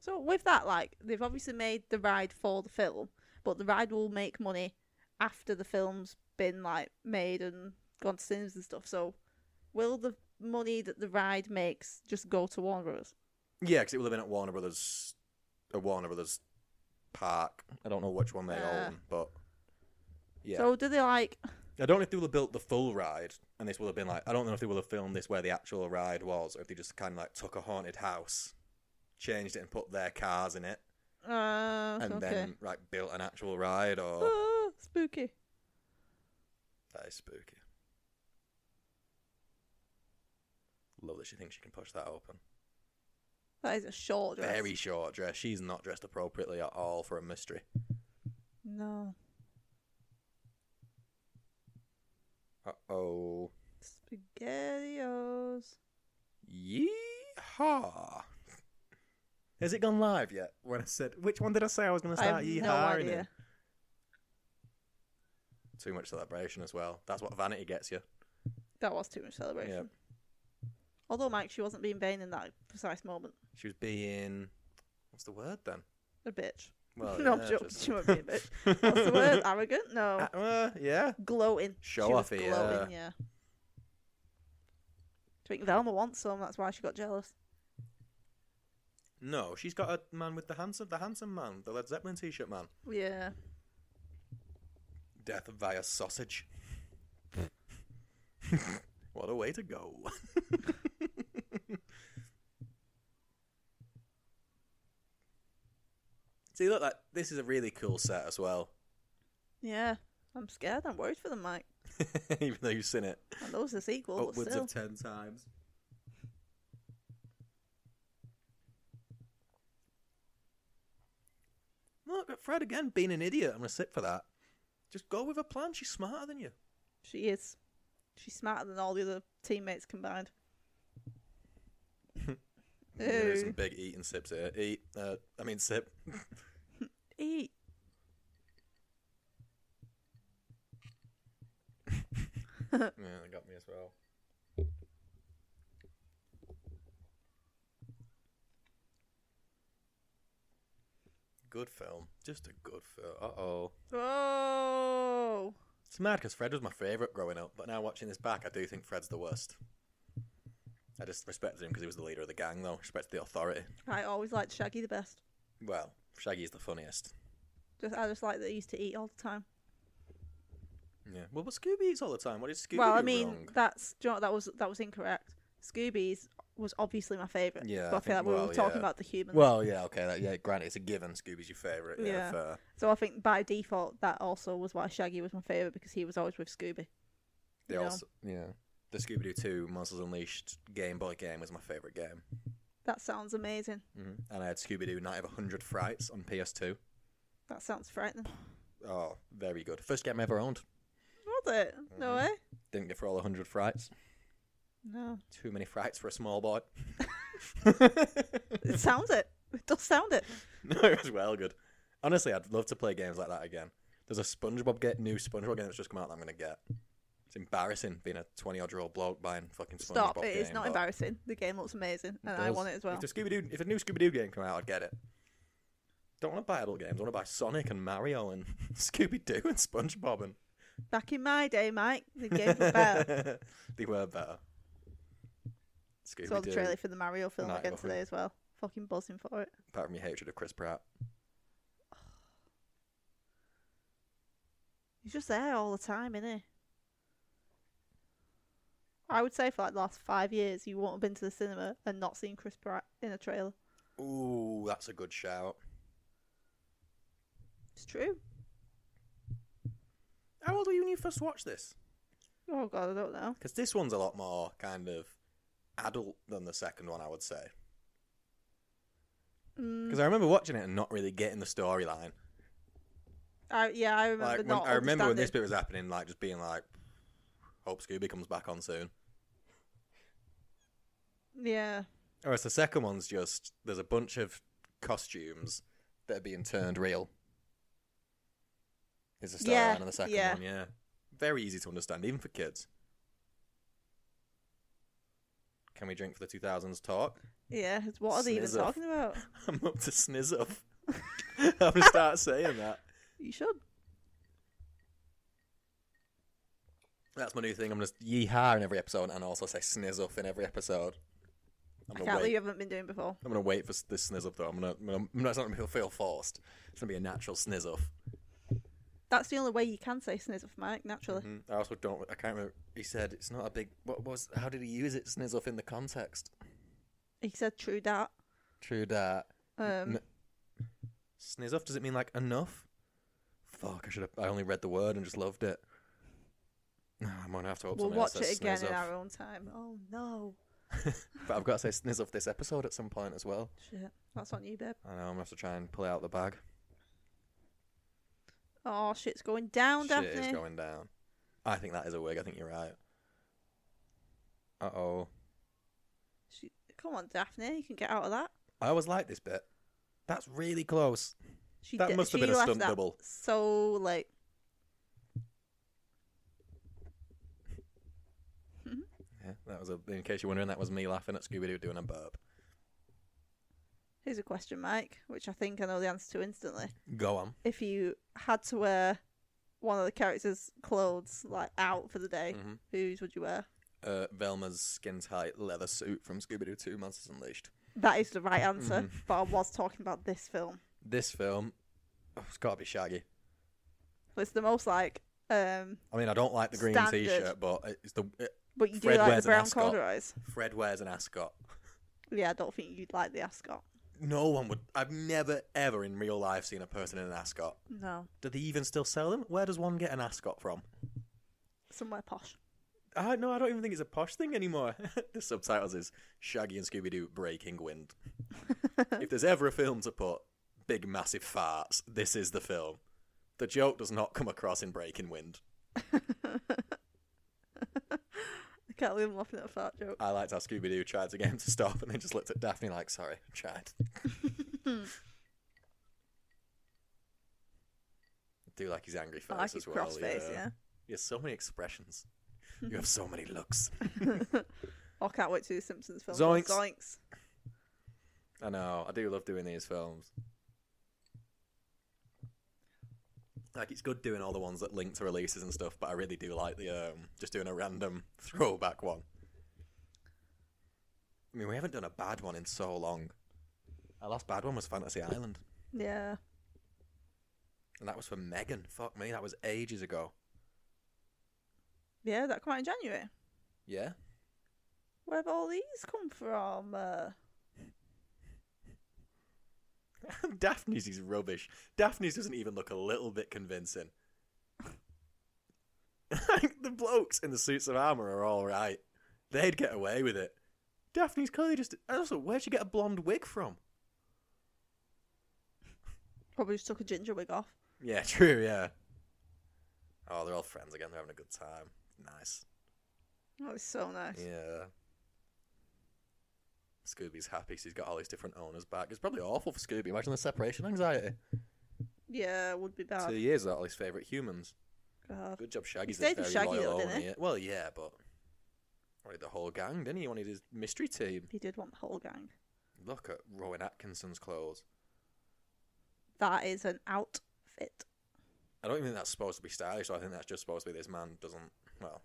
B: So with that, like they've obviously made the ride for the film, but the ride will make money after the film's been like made and gone to cinemas and stuff. So will the money that the ride makes just go to Warner Brothers?
A: Yeah, because it will have been at Warner Brothers, a Warner Brothers park. I don't know which one they
B: Uh.
A: own, but yeah,
B: So do they like
A: I don't know if they will have built the full ride, and this will have been like I don't know if they will have filmed this where the actual ride was, or if they just kind of like took a haunted house, changed it and put their cars in it,
B: uh
A: and
B: okay.
A: then oh. like built an actual ride. Or
B: Ah, spooky.
A: that is spooky. Love that she thinks she can push that open.
B: That is a short dress.
A: Very short dress. She's not dressed appropriately at all for a mystery.
B: No.
A: Uh oh.
B: Spaghettios.
A: Yeehaw. Has it gone live yet? When I said which one did I say I was going to
B: I have
A: start
B: no
A: yeehawing?
B: idea.
A: in? Too much celebration as well. That's what vanity gets you.
B: That was too much celebration. Although Mike, she wasn't being vain in that precise moment.
A: She was being what's the word then?
B: A bitch.
A: Well,
B: no,
A: yeah,
B: I'm joking.
A: just-
B: She won't be a bitch. What's the word? Arrogant? No.
A: Ah, uh, yeah.
B: Gloating.
A: Show
B: she
A: off
B: was
A: here.
B: gloating, yeah. I think Velma wants some, that's why she got jealous.
A: No, she's got a man with the handsome, the handsome man, the Led Zeppelin T-shirt man.
B: Yeah.
A: Death via sausage. what a way to go. See, look, that this is a really cool set as well.
B: Yeah. I'm scared. I'm worried for them, Mike.
A: Even though you've seen it
B: And those are the sequel, but
A: upwards
B: still.
A: of ten times. Look at Fred again being an idiot. I'm gonna sit for that. Just go with a plan. She's smarter than you.
B: she is. She's smarter than all the other teammates combined.
A: There's
B: Ew.
A: some big eating sips here. Eat. Uh, I mean sip.
B: Eat.
A: Yeah, they got me as well. Good film. Just a good film. Uh oh.
B: Oh.
A: It's mad because Fred was my favourite growing up, but now watching this back, I do think Fred's the worst. I just respected him because he was the leader of the gang, though. Respected the authority.
B: I always liked Shaggy the best.
A: Well, Shaggy's the funniest.
B: Just I just like that he used to eat all the time.
A: Yeah. Well, but Scooby eats all the time. What did Scooby
B: well,
A: do
B: I mean,
A: wrong?
B: that's do you know what, that was that was incorrect. Scooby's was obviously my favourite.
A: Yeah,
B: but
A: I
B: I feel
A: think-
B: like we
A: well,
B: were talking
A: yeah.
B: about the humans.
A: Well, yeah, okay. That, yeah, granted, it's a given. Scooby's your uh, favourite. Yeah,
B: Yeah.
A: fair.
B: so I think by default that also was why Shaggy was my favourite because he was always with Scooby.
A: They
B: You know?
A: also, yeah. The Scooby Doo 2 Monsters Unleashed Game Boy game was my favourite game.
B: That sounds amazing.
A: Mm-hmm. And I had Scooby Doo Night of 100 Frights on PS2.
B: That sounds frightening.
A: Oh, very good. First game I ever owned.
B: Was it?
A: Mm.
B: No way.
A: Didn't get for all 100 Frights.
B: No.
A: Too many frights for a small boy.
B: It sounds it. It does sound it.
A: no, it was well good. Honestly, I'd love to play games like that again. There's a SpongeBob get new SpongeBob game that's just come out that I'm gonna get. It's embarrassing being a 20 odd year old bloke buying fucking SpongeBob.
B: Stop. It is
A: game,
B: not
A: but
B: embarrassing. The game looks amazing, and I
A: does.
B: want it as well.
A: If the Scooby Doo, if a new Scooby Doo game come out, I'd get it. Don't want to buy adult games. I want to buy Sonic and Mario and Scooby Doo and SpongeBob and
B: Back in my day, Mike, the games were better.
A: they were better. Scooby
B: Saw the
A: Doo.
B: trailer for the Mario film
A: Night
B: again
A: Muffin.
B: today as well. Fucking buzzing for it.
A: Apart from your hatred of Chris Pratt.
B: He's just there all the time, isn't he? I would say for like the last five years, you won't have been to the cinema and not seen Chris Pratt in a trailer.
A: Ooh, that's a good shout.
B: It's true.
A: How old were you when you first watched this?
B: Oh god, I don't know.
A: Because this one's a lot more kind of adult than the second one, I would say.
B: Mm,
A: Because I remember watching it and not really getting the storyline.
B: I, yeah, I remember
A: Like when,
B: not.
A: I remember when this
B: understanding.
A: bit was happening, like just being like, "Hope Scooby comes back on soon."
B: Yeah,
A: Whereas the Oh, second one's just there's a bunch of costumes that are being turned real. Is the storyline
B: Yeah,
A: of the second
B: yeah.
A: one? Yeah, very easy to understand, even for kids. Can we drink for the 2000s talk?
B: yeah. it's- What are they even
A: Snizzer.
B: talking about?
A: I'm up to snizz up. I'm gonna start saying that.
B: You should.
A: That's my new thing. I'm just yeehaw in every episode and also say sniz up in every episode. I'm gonna
B: I can't
A: wait.
B: believe you haven't been doing before.
A: I'm gonna wait for s- this sniz up though. I'm gonna, I'm gonna I'm not, it's not gonna feel forced. It's gonna be a natural sniz off.
B: That's the only way you can say sniz off Mike, naturally.
A: Mm, I also don't. I can't remember. He said it's not a big. What was? How did he use it? Sniz off in the context.
B: He said true that.
A: True that.
B: Um,
A: Mm-hmm. N- Sniz off. Does it mean like enough? Fuck! I should have. I only read the word and just loved it. No, I'm gonna have to hope
B: we'll
A: somebody
B: watch
A: else
B: it
A: says
B: again
A: sniz off.
B: in our own time. Oh no.
A: But I've got to say sniz off this episode at some point as well.
B: Shit. That's on you, babe.
A: I know. I'm gonna have to try and pull it out the bag.
B: Oh, shit's going down,
A: Shit
B: Daphne.
A: is going down. I think that is a wig. I think you're right. Uh oh.
B: She- Come on, Daphne. You can get out of that.
A: I always like this bit. That's really close.
B: She
A: That
B: did-
A: must have
B: she
A: been a
B: left
A: stunt
B: that
A: double.
B: So late.
A: Yeah, that was a. In case you're wondering, that was me laughing at Scooby Doo doing a burp.
B: Here's a question, Mike, which I think I know the answer to instantly.
A: Go on.
B: If you had to wear one of the characters' clothes, like out for the day,
A: Mhm.
B: whose would you wear?
A: Uh, Velma's skin tight leather suit from Scooby Doo 2 Monsters Unleashed.
B: That is the right
A: Mm-hmm.
B: answer, but I was talking about this film.
A: This film, oh, it's got to be Shaggy.
B: But it's the most like, um,
A: I mean, I don't like the green
B: Standard.
A: t shirt, but it's the. It,
B: but you do
A: Fred
B: like the
A: wears an
B: brown
A: ascot.
B: corduroys.
A: Fred wears an ascot.
B: Yeah, I don't think you'd like the ascot.
A: No one would. I've never, ever in real life seen a person in an ascot.
B: No,
A: Do they even still sell them? Where does one get an ascot from?
B: somewhere posh.
A: I Uh, no, I don't even think it's a posh thing anymore. the subtitles is Shaggy and Scooby Doo Breaking Wind. if there's ever a film to put big massive farts, this is the film. The joke does not come across in Breaking Wind.
B: I can't believe I'm laughing at a fart joke.
A: I liked how Scooby Doo tried to get him to stop and then just looked at Daphne like, sorry, I tried. I do like his angry face
B: I like
A: as
B: his
A: well.
B: cross face, yeah.
A: You have so many expressions. You have so many looks.
B: Oh, I can't wait to do the Simpsons film.
A: Zoinks.
B: Zoinks.
A: I know. I do love doing these films. Like it's good doing all the ones that link to releases and stuff, but I really do like the um, just doing a random throwback one. I mean, we haven't done a bad one in so long. Our last bad one was Fantasy Island,
B: Yeah.
A: and that was for Megan. Fuck me, that was ages ago.
B: Yeah, that come out in January.
A: Yeah,
B: Where have all these come from? Uh,
A: Daphne's is rubbish. Daphne's doesn't even look a little bit convincing. the blokes in the suits of armor are all right. They'd get away with it. Daphne's clearly just. and Also, where'd you get a blonde wig from?
B: probably just took a ginger wig off.
A: Yeah, true. Yeah. Oh, they're all friends again. They're having a good time. Nice.
B: That was so nice.
A: Yeah. Scooby's happy 'cause he's got all these different owners back. It's probably awful for Scooby. Imagine the separation anxiety.
B: Yeah, would be bad.
A: Two years without all his favourite humans.
B: God.
A: Good job, Shaggy's
B: stayed
A: a very
B: with Shaggy,
A: loyal
B: though, didn't
A: owner,
B: he?
A: yeah. Well, yeah, but wanted the whole gang, didn't he? He wanted his mystery team.
B: He did want the whole gang.
A: Look at Rowan Atkinson's clothes.
B: That is an outfit.
A: I don't even think that's supposed to be stylish. So I think that's just supposed to be this man doesn't. Well,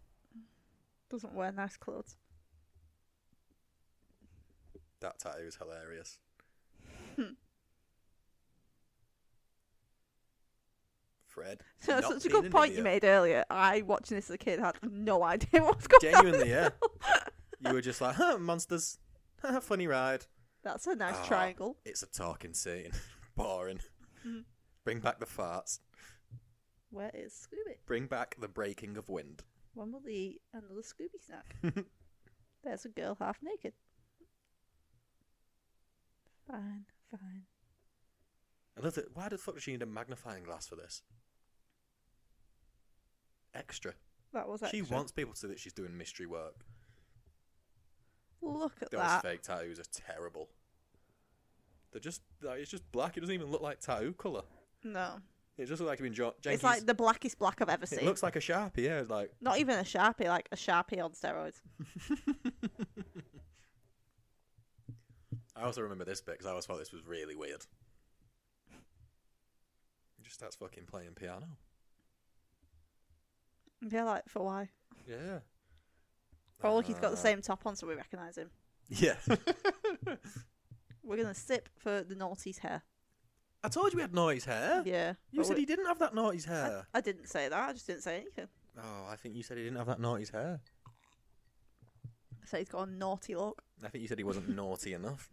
B: Doesn't wear nice clothes.
A: that tattoo is hilarious. Fred,
B: So
A: not
B: that's such a
A: being
B: good
A: an
B: point you
A: idiot.
B: made earlier. I watching this as a kid had no idea what was going on.
A: Genuinely, yeah. You were just like, huh, monsters. Funny ride.
B: That's a nice
A: Ah,
B: triangle.
A: It's a talking scene. Boring.
B: Mm-hmm.
A: Bring back the farts.
B: Where is Scooby?
A: Bring back the breaking of wind.
B: When will they eat another Scooby snack? There's a girl half naked. Fine, fine.
A: I love that. Why the fuck does she need a magnifying glass for this? Extra.
B: That was
A: She
B: extra.
A: wants people to see that she's doing mystery work.
B: Look at
A: Those
B: that.
A: fake tattoos are terrible. They're just like, it's just black. It doesn't even look like tattoo color.
B: No.
A: It just looks like you've been jo-
B: It's like
A: Jenkies-
B: the blackest black I've ever
A: It
B: seen.
A: looks like a sharpie. Yeah, it's like
B: Not even a sharpie, like a sharpie on steroids.
A: I also remember this bit because I always thought this was really weird. He just starts fucking playing piano.
B: Yeah, like for why?
A: Yeah.
B: Oh, look, he's got the
A: Uh,
B: same top on, so we recognise him.
A: Yeah.
B: We're going to sip for the naughty's hair.
A: I told you we had naughty's hair.
B: Yeah.
A: You
B: but
A: said
B: we-
A: he didn't have that naughty's
B: I,
A: hair.
B: I didn't say that. I just didn't say anything.
A: Oh, I think you said he didn't have that naughty's hair.
B: I said he's got a naughty look.
A: I think you said he wasn't naughty enough.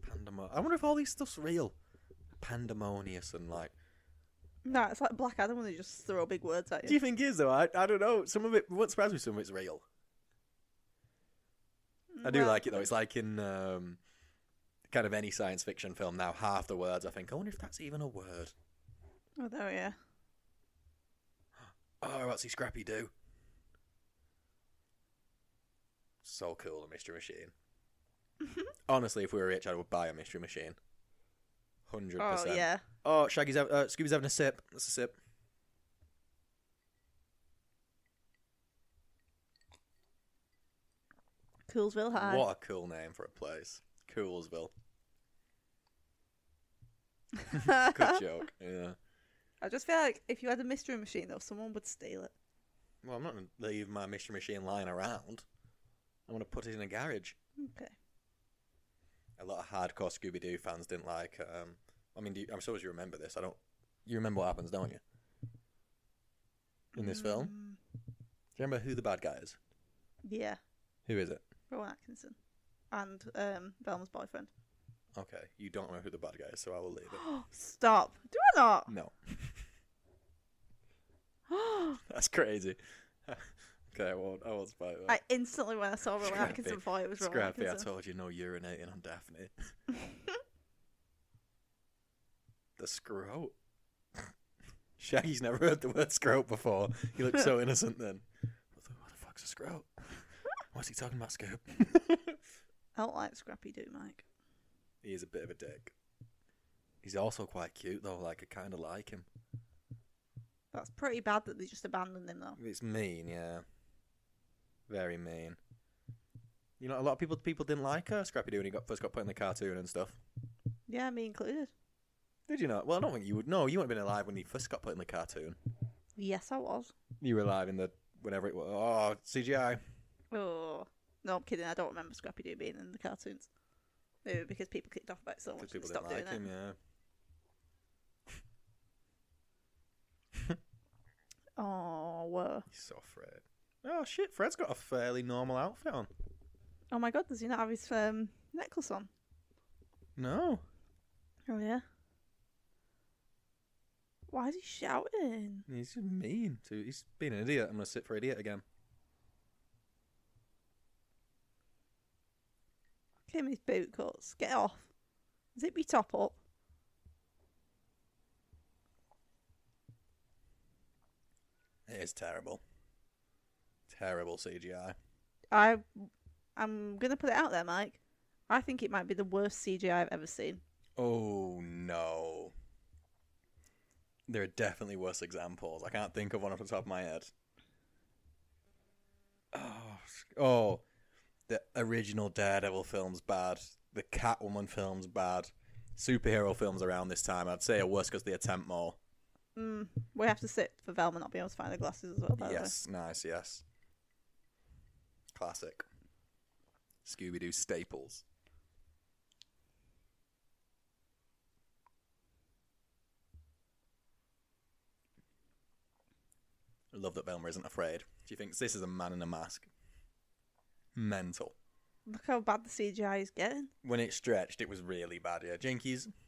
A: Pandemo- I wonder if all these stuff's real. Pandemonious and like.
B: No, it's like Black Adam when they just throw big words at
A: Do
B: you.
A: you think it is though? I, I don't know. Some of it what surprised me. Some of it's real. I do
B: Well,
A: like it though. It's like in um, kind of any science fiction film now. Half the words I think. I wonder if that's even a word.
B: Oh, there we are.
A: Oh, what's he Scrappy do? So cool, the mystery machine.
B: Mm-hmm.
A: Honestly, if we were rich, I would buy a mystery machine. Hundred
B: Oh,
A: percent.
B: yeah.
A: Oh, Shaggy's hav- uh, Scooby's having a sip. That's a sip.
B: Coolsville High.
A: What a cool name for a place. Coolsville. Good joke. Yeah.
B: I just feel like if you had a mystery machine, though, someone would steal it.
A: Well, I'm not going to leave my mystery machine lying around. I want to put it in a garage.
B: Okay.
A: A lot of hardcore Scooby Doo fans didn't like. Um, I mean, do you, I'm sure you remember this. I don't. You remember what happens, don't you? In this film,
B: Mm,
A: do you remember who the bad guy is?
B: Yeah.
A: Who is it?
B: Rowan Atkinson. And um, Velma's boyfriend.
A: Okay, you don't know who the bad guy is, so I will leave it.
B: Stop. Do I not?
A: No, that's crazy. okay, I won't. I won't spite that.
B: I instantly, when I saw Rowan
A: Scrappy.
B: Atkinson, thought it was Rowan
A: Scrappy, I
B: Atkinson.
A: told you no urinating on Daphne. the scrote. Shaggy's never heard the word scrote before. He looked so innocent then. What the, what the fuck's a scrote? What's he talking about, Scoop?
B: I don't like Scrappy Doo, Mike.
A: he is a bit of a dick. He's also quite cute though, like I kind of like him.
B: That's pretty bad that they just abandoned him, though.
A: It's mean, yeah. Very mean. You know, a lot of people people didn't like her, Scrappy Doo, when he got, first got put in the cartoon and stuff.
B: Yeah, me included.
A: Did you not? Well, I don't think you would. No, you wouldn't have been alive when he first got put in the cartoon.
B: Yes, I was.
A: You were alive in the whenever it was. Oh, CGI.
B: Oh. No, I'm kidding. I don't remember Scrappy Doo being in the cartoons. Maybe because people kicked off about it so much
A: Because
B: they
A: people didn't
B: stopped doing
A: like him,
B: it.
A: yeah.
B: Oh, whoa.
A: He's so Fred. Oh, shit. Fred's got a fairly normal outfit on.
B: Oh my god, does he not have his um, necklace on?
A: No.
B: Oh yeah. Why is he shouting?
A: He's just mean. To, he's been an idiot. I'm going to sit for idiot again.
B: Give him his boot cuts. Get off. Zip your top up.
A: It is terrible. Terrible CGI.
B: I, I'm gonna put it out there, Mike. I think it might be the worst CGI I've ever seen.
A: Oh, no. There are definitely worse examples. I can't think of one off the top of my head. Oh, sc- oh the original Daredevil film's bad. The Catwoman film's bad. Superhero films around this time, I'd say, are worse because they attempt more.
B: Mm, we have to sit for Velma not being able to find her glasses as well. By
A: yes, nice, yes. Classic. Scooby Doo staples. I love that Velma isn't afraid. She thinks this is a man in a mask. Mental.
B: the way. look how bad the CGI is getting.
A: When it stretched, it was really bad. Yeah, Jinkies.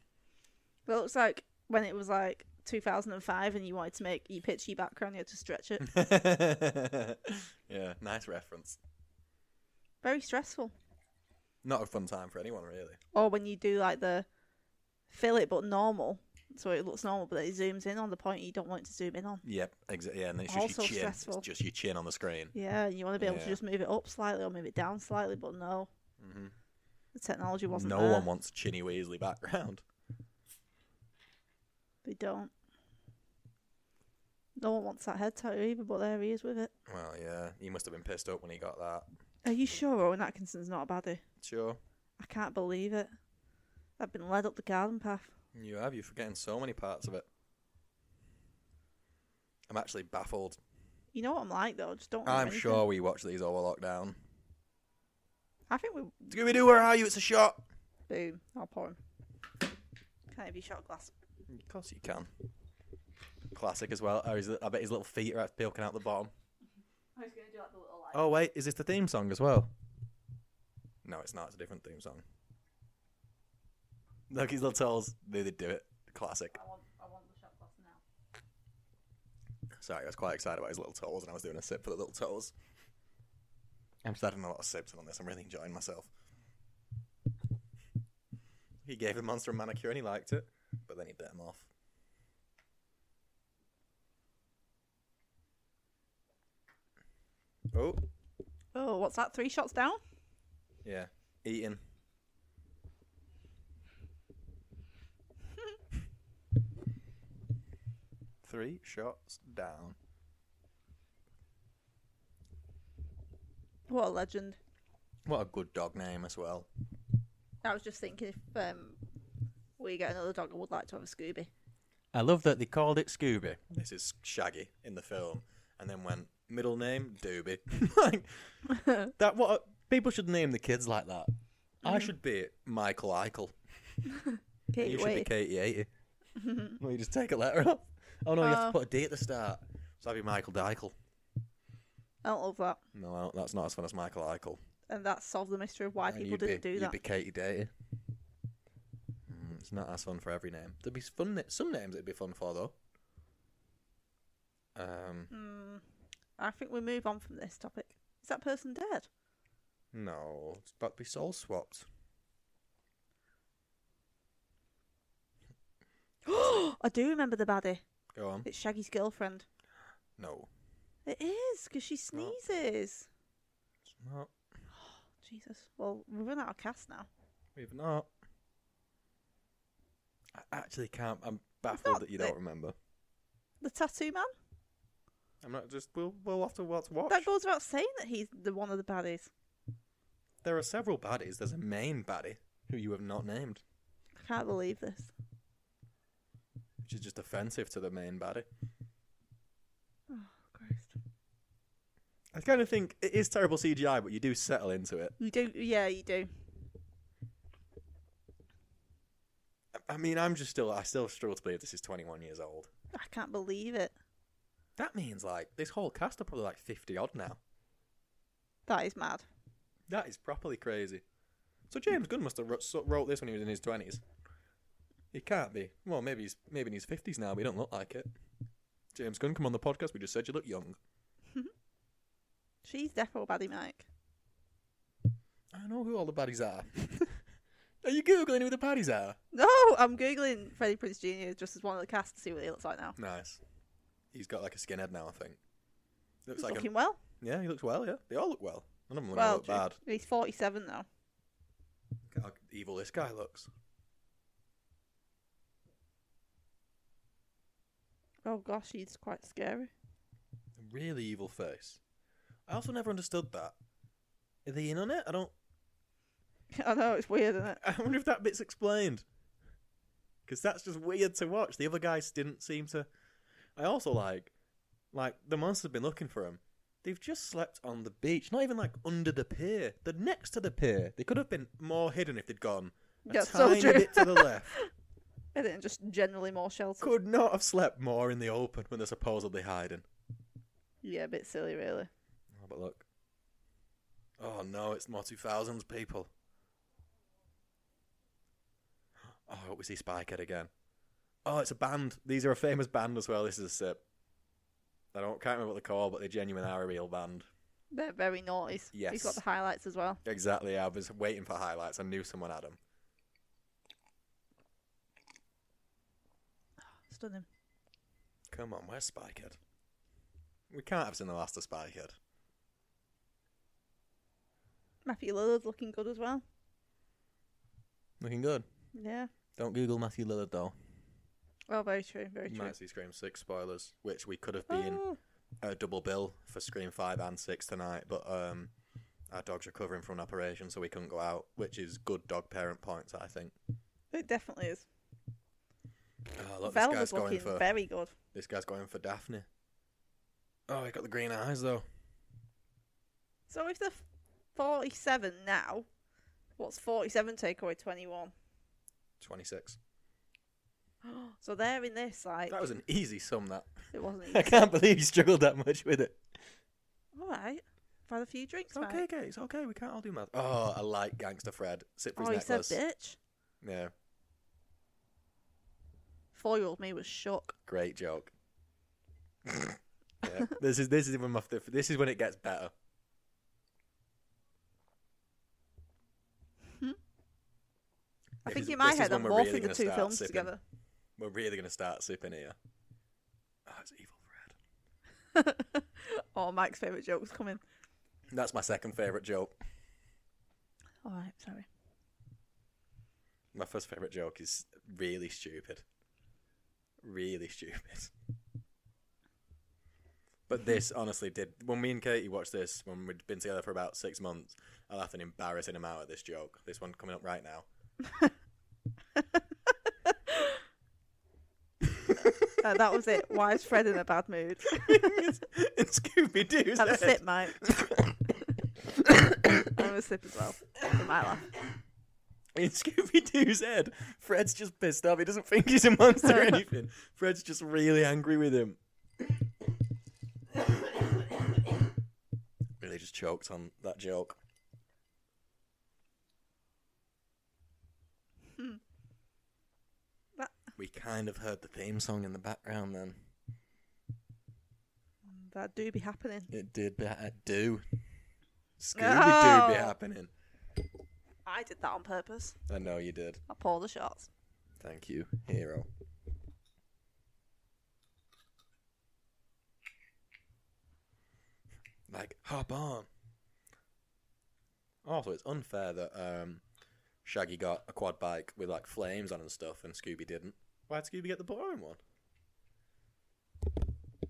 B: It looks like when it was like 2005 and you wanted to make you pitch your background, you had to stretch
A: Hmm.
B: it.
A: yeah, nice reference.
B: Very stressful.
A: Not a fun time for anyone, really.
B: Or when you do like the fill it but normal, so it looks normal, but then it zooms in on the point you don't want it to zoom in on.
A: Yep, exactly. Yeah, and it's
B: Also
A: just your chin.
B: stressful.
A: It's just your chin on the screen.
B: Yeah, and you want to be able
A: Yeah.
B: to just move it up slightly or move it down slightly, but no,
A: hmm
B: the technology wasn't
A: No
B: there.
A: one wants Chinny Weasley background.
B: They don't. No one wants that head tattoo either, but there he is with it.
A: Well, yeah, he must have been pissed up when he got that.
B: Are you sure Owen Atkinson's not a baddie?
A: Sure,
B: I can't believe it. I've been led up the garden path.
A: you have. You're forgetting so many parts of it. I'm actually baffled.
B: You know what I'm like though. Just don't. remember
A: I'm
B: anything.
A: sure we watched these over lockdown.
B: I think we
A: Scooby Doo, where are you? It's a shot.
B: boom. I'll pour him. Can I have your shot glass?
A: Of course you can. Classic as well. Oh, his, I bet his little feet are out- poking out the bottom.
B: I was gonna do like the little like.
A: Oh wait, is this the theme song as well? No, it's not. It's a different theme song. Look, his little toes. They did do it. Classic.
B: I want. I want the shot glass now.
A: Sorry, I was quite excited about his little toes, and I was doing a sip for the little toes. I'm just adding a lot of sips on this. I'm really enjoying myself. He gave the monster a manicure and he liked it, but then he bit him off. Oh,
B: Oh, what's that? Three shots down.
A: yeah. Eating. Three shots down.
B: What a legend.
A: What a good dog name as well.
B: I was just thinking if um, we get another dog, I would like to have a Scooby.
A: I love that they called it Scooby. This is Shaggy in the film, and then went middle name Dooby. like that. What a- people should name the kids like that.
B: Mm.
A: I should be Michael Eichel.
B: Katie,
A: you should be
B: wait.
A: Katie Eighty. well, you just take a letter off. Oh no, you have
B: Oh.
A: to put a D at the start. So I'd be Michael Dykel.
B: I don't love that.
A: No, I don't- that's not as fun as Michael Eichel.
B: And that solved the mystery of why
A: And
B: people
A: you'd
B: didn't
A: be,
B: do
A: you'd
B: that.
A: be Katie Deity. Mm, it's not as fun for every name. There'd be fun na- some names it'd be fun for though. Um,
B: Mm, I think we move on from this topic. Is that person dead?
A: no, it's about to be soul swapped.
B: I do remember the baddie.
A: Go on.
B: It's Shaggy's girlfriend.
A: No,
B: It is because she
A: not.
B: sneezes.
A: it's not.
B: Jesus. Well, we're running out of cast now.
A: We've not. I actually can't. I'm
B: not
A: baffled that you
B: the-
A: don't remember.
B: The tattoo man.
A: I'm not just. We'll we'll have to watch. watch.
B: That goes without saying that he's the one of the baddies.
A: There are several baddies. There's a main baddie who you have not named,
B: I can't believe this.
A: which is just offensive to the main baddie.
B: Oh Christ.
A: I kind of think it is terrible CGI, but you do settle into it.
B: You do. Yeah, you do.
A: I- I mean, I'm just still. I still struggle to believe this is 21 years old.
B: I can't believe it.
A: That means like this whole cast are probably like 50 odd now.
B: That is mad.
A: That is properly crazy. So James Gunn must have wrote, so- wrote this when he was in his twenties. He can't be. Well, maybe he's maybe in his fifties now, but he don't look like it. James Gunn, come on the podcast. We just said you look young.
B: She's definitely baddie Mike.
A: I know who all the baddies are. are you googling who the baddies are?
B: No, I'm googling Freddie Prince Jr. just as one of the cast to see what he looks like now.
A: Nice. He's got like a skinhead now, I think. Looks
B: He's
A: like
B: looking
A: him.
B: well.
A: Yeah, he looks well. Yeah, they all look well. None of them look,
B: well,
A: look bad.
B: he's 47 now.
A: Look at how evil this guy looks.
B: Oh gosh, he's quite scary.
A: A really evil face. I also never understood that. Are they in on it? I don't.
B: I know it's weird, isn't it?
A: I wonder if that bit's explained. Because that's just weird to watch. The other guys didn't seem to. I also like, like the monster's been looking for him. They've just slept on the beach, not even like under the pier. They're next to the pier. They could have been more hidden if they'd gone a
B: Yeah, so
A: tiny
B: true.
A: bit to the left.
B: And then just generally more sheltered.
A: Could not have slept more in the open when they're supposedly hiding.
B: Yeah, a bit silly, really.
A: Oh, but look. Oh no, it's more 2000s people. Oh, we see Spikehead again. Oh, it's a band. These are a famous band as well. This is a sip. I don't can't remember what they're called, but they genuine are a real band.
B: They're very naughty. He's
A: Yes.
B: got the highlights as well.
A: Exactly. I was waiting for highlights. I knew someone had them.
B: Stunning.
A: Come on, where's Spikehead? We can't have seen the last of Spikehead.
B: Matthew Lillard's looking good as well.
A: Looking good.
B: Yeah.
A: Don't Google Matthew Lillard though.
B: Oh, very true. Very
A: You
B: true.
A: might see Scream Six spoilers, which we could have been
B: Oh,
A: a double bill for Scream Five and Six tonight, but um, our dogs recovering from an operation, so we couldn't go out, which is good dog parent points, I think.
B: it definitely is.
A: Oh, look, this
B: Val
A: guy's
B: was
A: going
B: looking
A: for
B: very good.
A: this guy's going for Daphne. Oh, he got the green eyes though.
B: So if they're 47 now, what's 47 take away 21?
A: Twenty six.
B: so they're in this, like.
A: That was an easy sum. That
B: It wasn't
A: I
B: easy.
A: can't believe you struggled that much with it.
B: Alright. Had a few drinks,
A: It's okay,
B: mate.
A: okay, it's okay. We can't all do math. Oh, I like Gangster Fred. Sit for his
B: Oh, he said
A: necklace.
B: bitch.
A: Yeah,
B: Four year old me was shook.
A: great joke. yeah, this is this is when my this is when it gets better.
B: I
A: This
B: think
A: is-
B: in my
A: this is
B: head I'm
A: when we're really
B: morphing the
A: gonna
B: two
A: start
B: films
A: sipping.
B: together.
A: We're really gonna start sipping here. Oh, it's evil Fred.
B: oh, Mike's favourite joke's coming.
A: That's my second favorite joke.
B: Alright, sorry.
A: My first favorite joke is really stupid. Really stupid. But this honestly did. When me and Katie watched this, when we'd been together for about six months, I laughed an embarrassing amount at this joke. This one coming up right now.
B: Uh, that was it. Why is Fred in a bad mood?
A: and Scooby Doo's
B: Have a
A: head.
B: sip, Mike. Have a sip as well. For my laugh.
A: In Scooby Doo's head, Fred's just pissed off. He doesn't think he's a monster or anything. Fred's just really angry with him. really just choked on that joke.
B: That-
A: We kind of heard the theme song in the background then.
B: That do be happening.
A: It did be it do. Scooby Doo
B: No.
A: be happening.
B: I did that on purpose.
A: I know you did.
B: I pour the shots.
A: Thank you, hero. Like, hop on. Also, it's unfair that um, Shaggy got a quad bike with like flames on and stuff, and Scooby didn't. Why did Scooby get the boring one?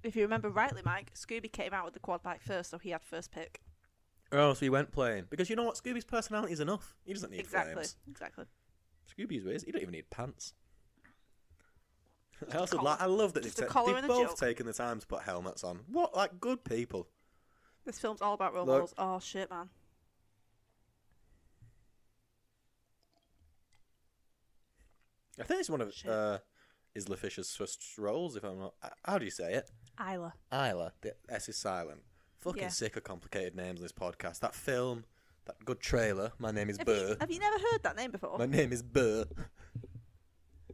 B: If you remember rightly, Mike, Scooby came out with the quad bike first, so he had first pick.
A: Oh, so he went playing because you know what? Scooby's personality is enough. He doesn't need
B: exactly.
A: flames.
B: Exactly.
A: Scooby's ways. He don't even need pants. I also
B: collar.
A: like. I love that they've,
B: Just a
A: ta-
B: collar
A: they've
B: and a
A: both
B: joke.
A: taken the time to put helmets on. What like good people?
B: This film's all about role
A: Look.
B: models. Oh shit, man.
A: I think it's one of
B: Shit.
A: uh, Isla Fisher's first roles, if I'm not. uh, How do you say it?
B: Isla.
A: Isla. The S is silent. Fucking
B: Yeah.
A: sick of complicated names in this podcast. That film, that good trailer. My name is
B: Have
A: Burr.
B: you, have you never heard that name before?
A: My name is Burr.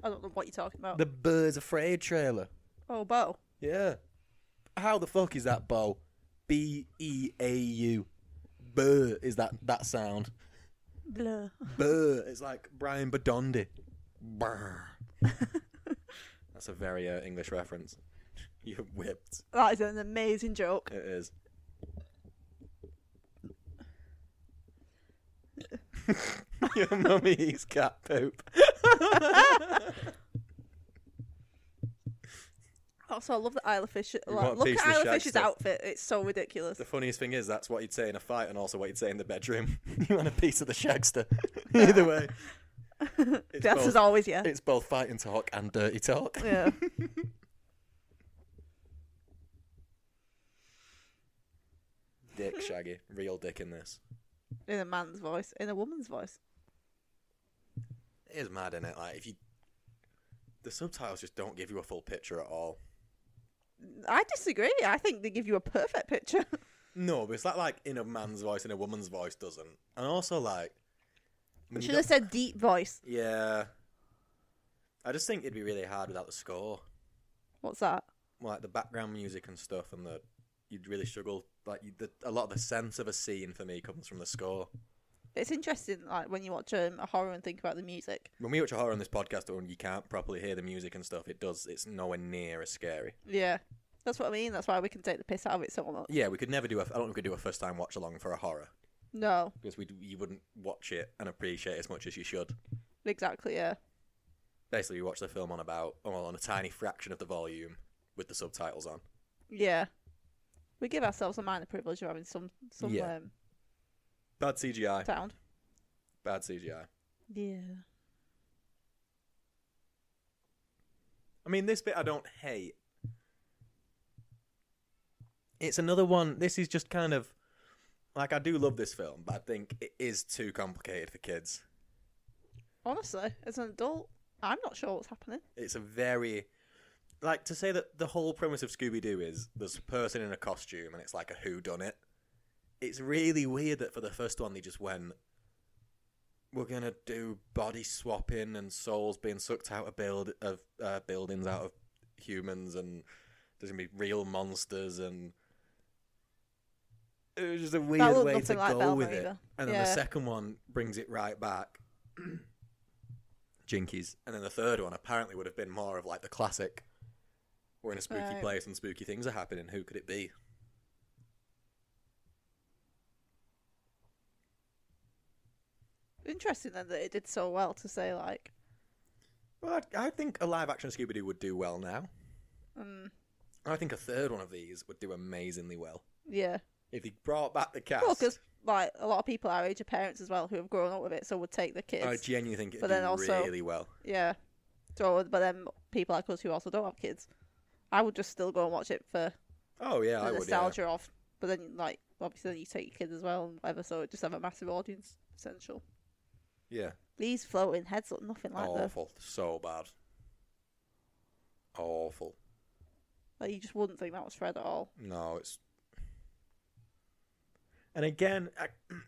B: I don't know what you're talking about.
A: The Burr's Afraid trailer.
B: Oh, Bo.
A: Yeah. How the fuck is that, Bo? B E A U. Burr is that that sound.
B: Blur.
A: Burr. It's like Brian Badondi. Burr. That's a very uh, English reference. You're whipped.
B: That is an amazing joke.
A: It is. Your mummy eats cat poop.
B: Also, I love the Isla Fisher.
A: You
B: Like,
A: want a
B: look
A: piece
B: at
A: of the
B: Isla
A: shag
B: Fisher's
A: stuff?
B: outfit. It's so ridiculous.
A: The funniest thing is that's what you'd say in a fight and also what you'd say in the bedroom. you want a piece of the shagster. Either way. It's
B: The answer's
A: both,
B: always yeah.
A: it's both fighting talk and dirty talk.
B: Yeah.
A: Dick Shaggy. Real dick in this.
B: In a man's voice. In a woman's voice.
A: It is mad, innit? Like if you the subtitles just don't give you a full picture at all.
B: I disagree. I think they give you a perfect picture.
A: No, but it's like like in a man's voice and a woman's voice doesn't. And also like I mean, you
B: Should
A: don't-
B: have said deep voice.
A: Yeah. I just think it'd be really hard without the score.
B: What's that?
A: Like the background music and stuff and the you'd really struggle like you, the, a lot of the sense of a scene for me comes from the score.
B: It's interesting, like when you watch um, a horror and think about the music.
A: When we watch a horror on this podcast and you can't properly hear the music and stuff, it does it's nowhere near as scary.
B: Yeah, that's what I mean. That's why we can take the piss out of it so much.
A: Yeah, we could never do a I don't think we could do a first time watch along for a horror
B: No,
A: because we you wouldn't watch it and appreciate it as much as you should.
B: exactly. Yeah,
A: Basically, you watch the film on about well, on a tiny fraction of the volume with the subtitles on.
B: yeah. We give ourselves a minor privilege of having some some
A: Yeah.
B: um,
A: Bad CGI.
B: sound.
A: Bad CGI.
B: Yeah.
A: I mean, this bit I don't hate. it's another one. This is just kind of like I do love this film, but I think it is too complicated for kids.
B: Honestly, as an adult, I'm not sure what's happening.
A: It's a very like to say that the whole premise of Scooby Doo is there's a person in a costume and it's like a who done it. It's really weird that for the first one they just went we're gonna do body swapping and souls being sucked out of build of uh, buildings out of humans and there's gonna be real monsters and it was just a weird
B: looked
A: way to
B: nothing like
A: go
B: Velma
A: with it.
B: either.
A: And then the
B: Yeah.
A: second one brings it right back. Jinkies. And then the third one apparently would have been more of like the classic. We're in a spooky
B: Right.
A: place and spooky things are happening. Who could it be?
B: Interesting then that it did so well to say like,
A: Well, I, I think a live action Scooby Doo would do well now.
B: um,
A: I think a third one of these would do amazingly well.
B: yeah.
A: If he brought back the cast,
B: Well, because like a lot of people our age are parents as well who have grown up with it, so would take the kids.
A: I genuinely think it'd
B: but
A: do
B: then also-
A: really well.
B: yeah. So, but then people like us who also don't have kids, I would just still go and watch it for
A: Oh yeah, I
B: the
A: would. Yeah.
B: nostalgia of. But then, like, obviously, then you take your kids as well and whatever, so it just have a massive audience potential.
A: yeah.
B: These floating heads look nothing like that.
A: Awful. So bad. Awful.
B: Like, you just wouldn't think that was Fred at all.
A: No, it's. And again, I,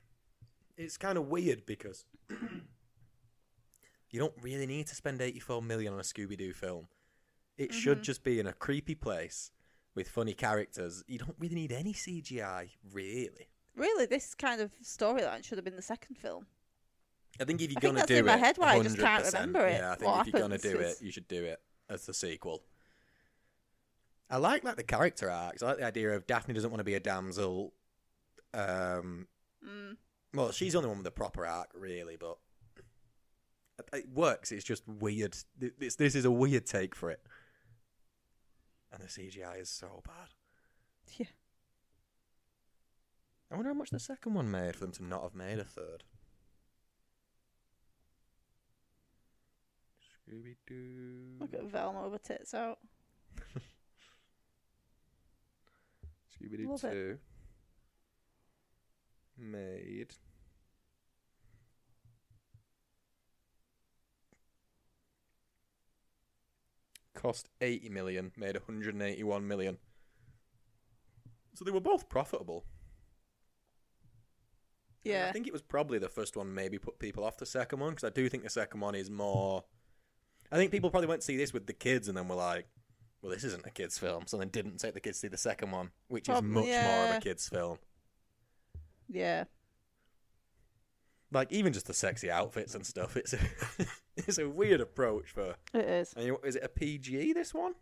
A: it's kind of weird because you don't really need to spend 84 million on a Scooby Doo film. It
B: Mm-hmm.
A: should just be in a creepy place with funny characters. You don't really need any CGI, really.
B: Really, this kind of storyline should have been the second film.
A: I think if you're
B: I think
A: gonna
B: that's
A: do
B: in my
A: it,
B: head why I just can't
A: 100%,
B: remember it,
A: Yeah, I think
B: what
A: if you're gonna
B: happens,
A: do it,
B: it's-
A: you should do it as the sequel. I like like the character arcs. I like the idea of Daphne doesn't want to be a damsel. Um,
B: Mm.
A: well, she's the only one with a proper arc, really, but it- it works. It's just weird. Th- This this is a weird take for it, and the CGI is so bad.
B: Yeah.
A: I wonder how much the second one made for them to not have made a third. Scooby Doo.
B: Look at Velma with her tits out.
A: Scooby
B: Love it.
A: Two. Made. Cost 80 million, made 181 million. So they were both profitable. And
B: Yeah.
A: I think it was probably the first one maybe put people off the second one because I do think the second one is more. I think people probably went to see this with the kids and then were like, well, this isn't a kids' film. So then didn't take the kids to see the second one, which
B: Probably,
A: is much more of
B: yeah.
A: a kids' film.
B: yeah.
A: Like, even just the sexy outfits and stuff, it's a, it's a weird approach for.
B: It is.
A: And you, is it a PG, this one?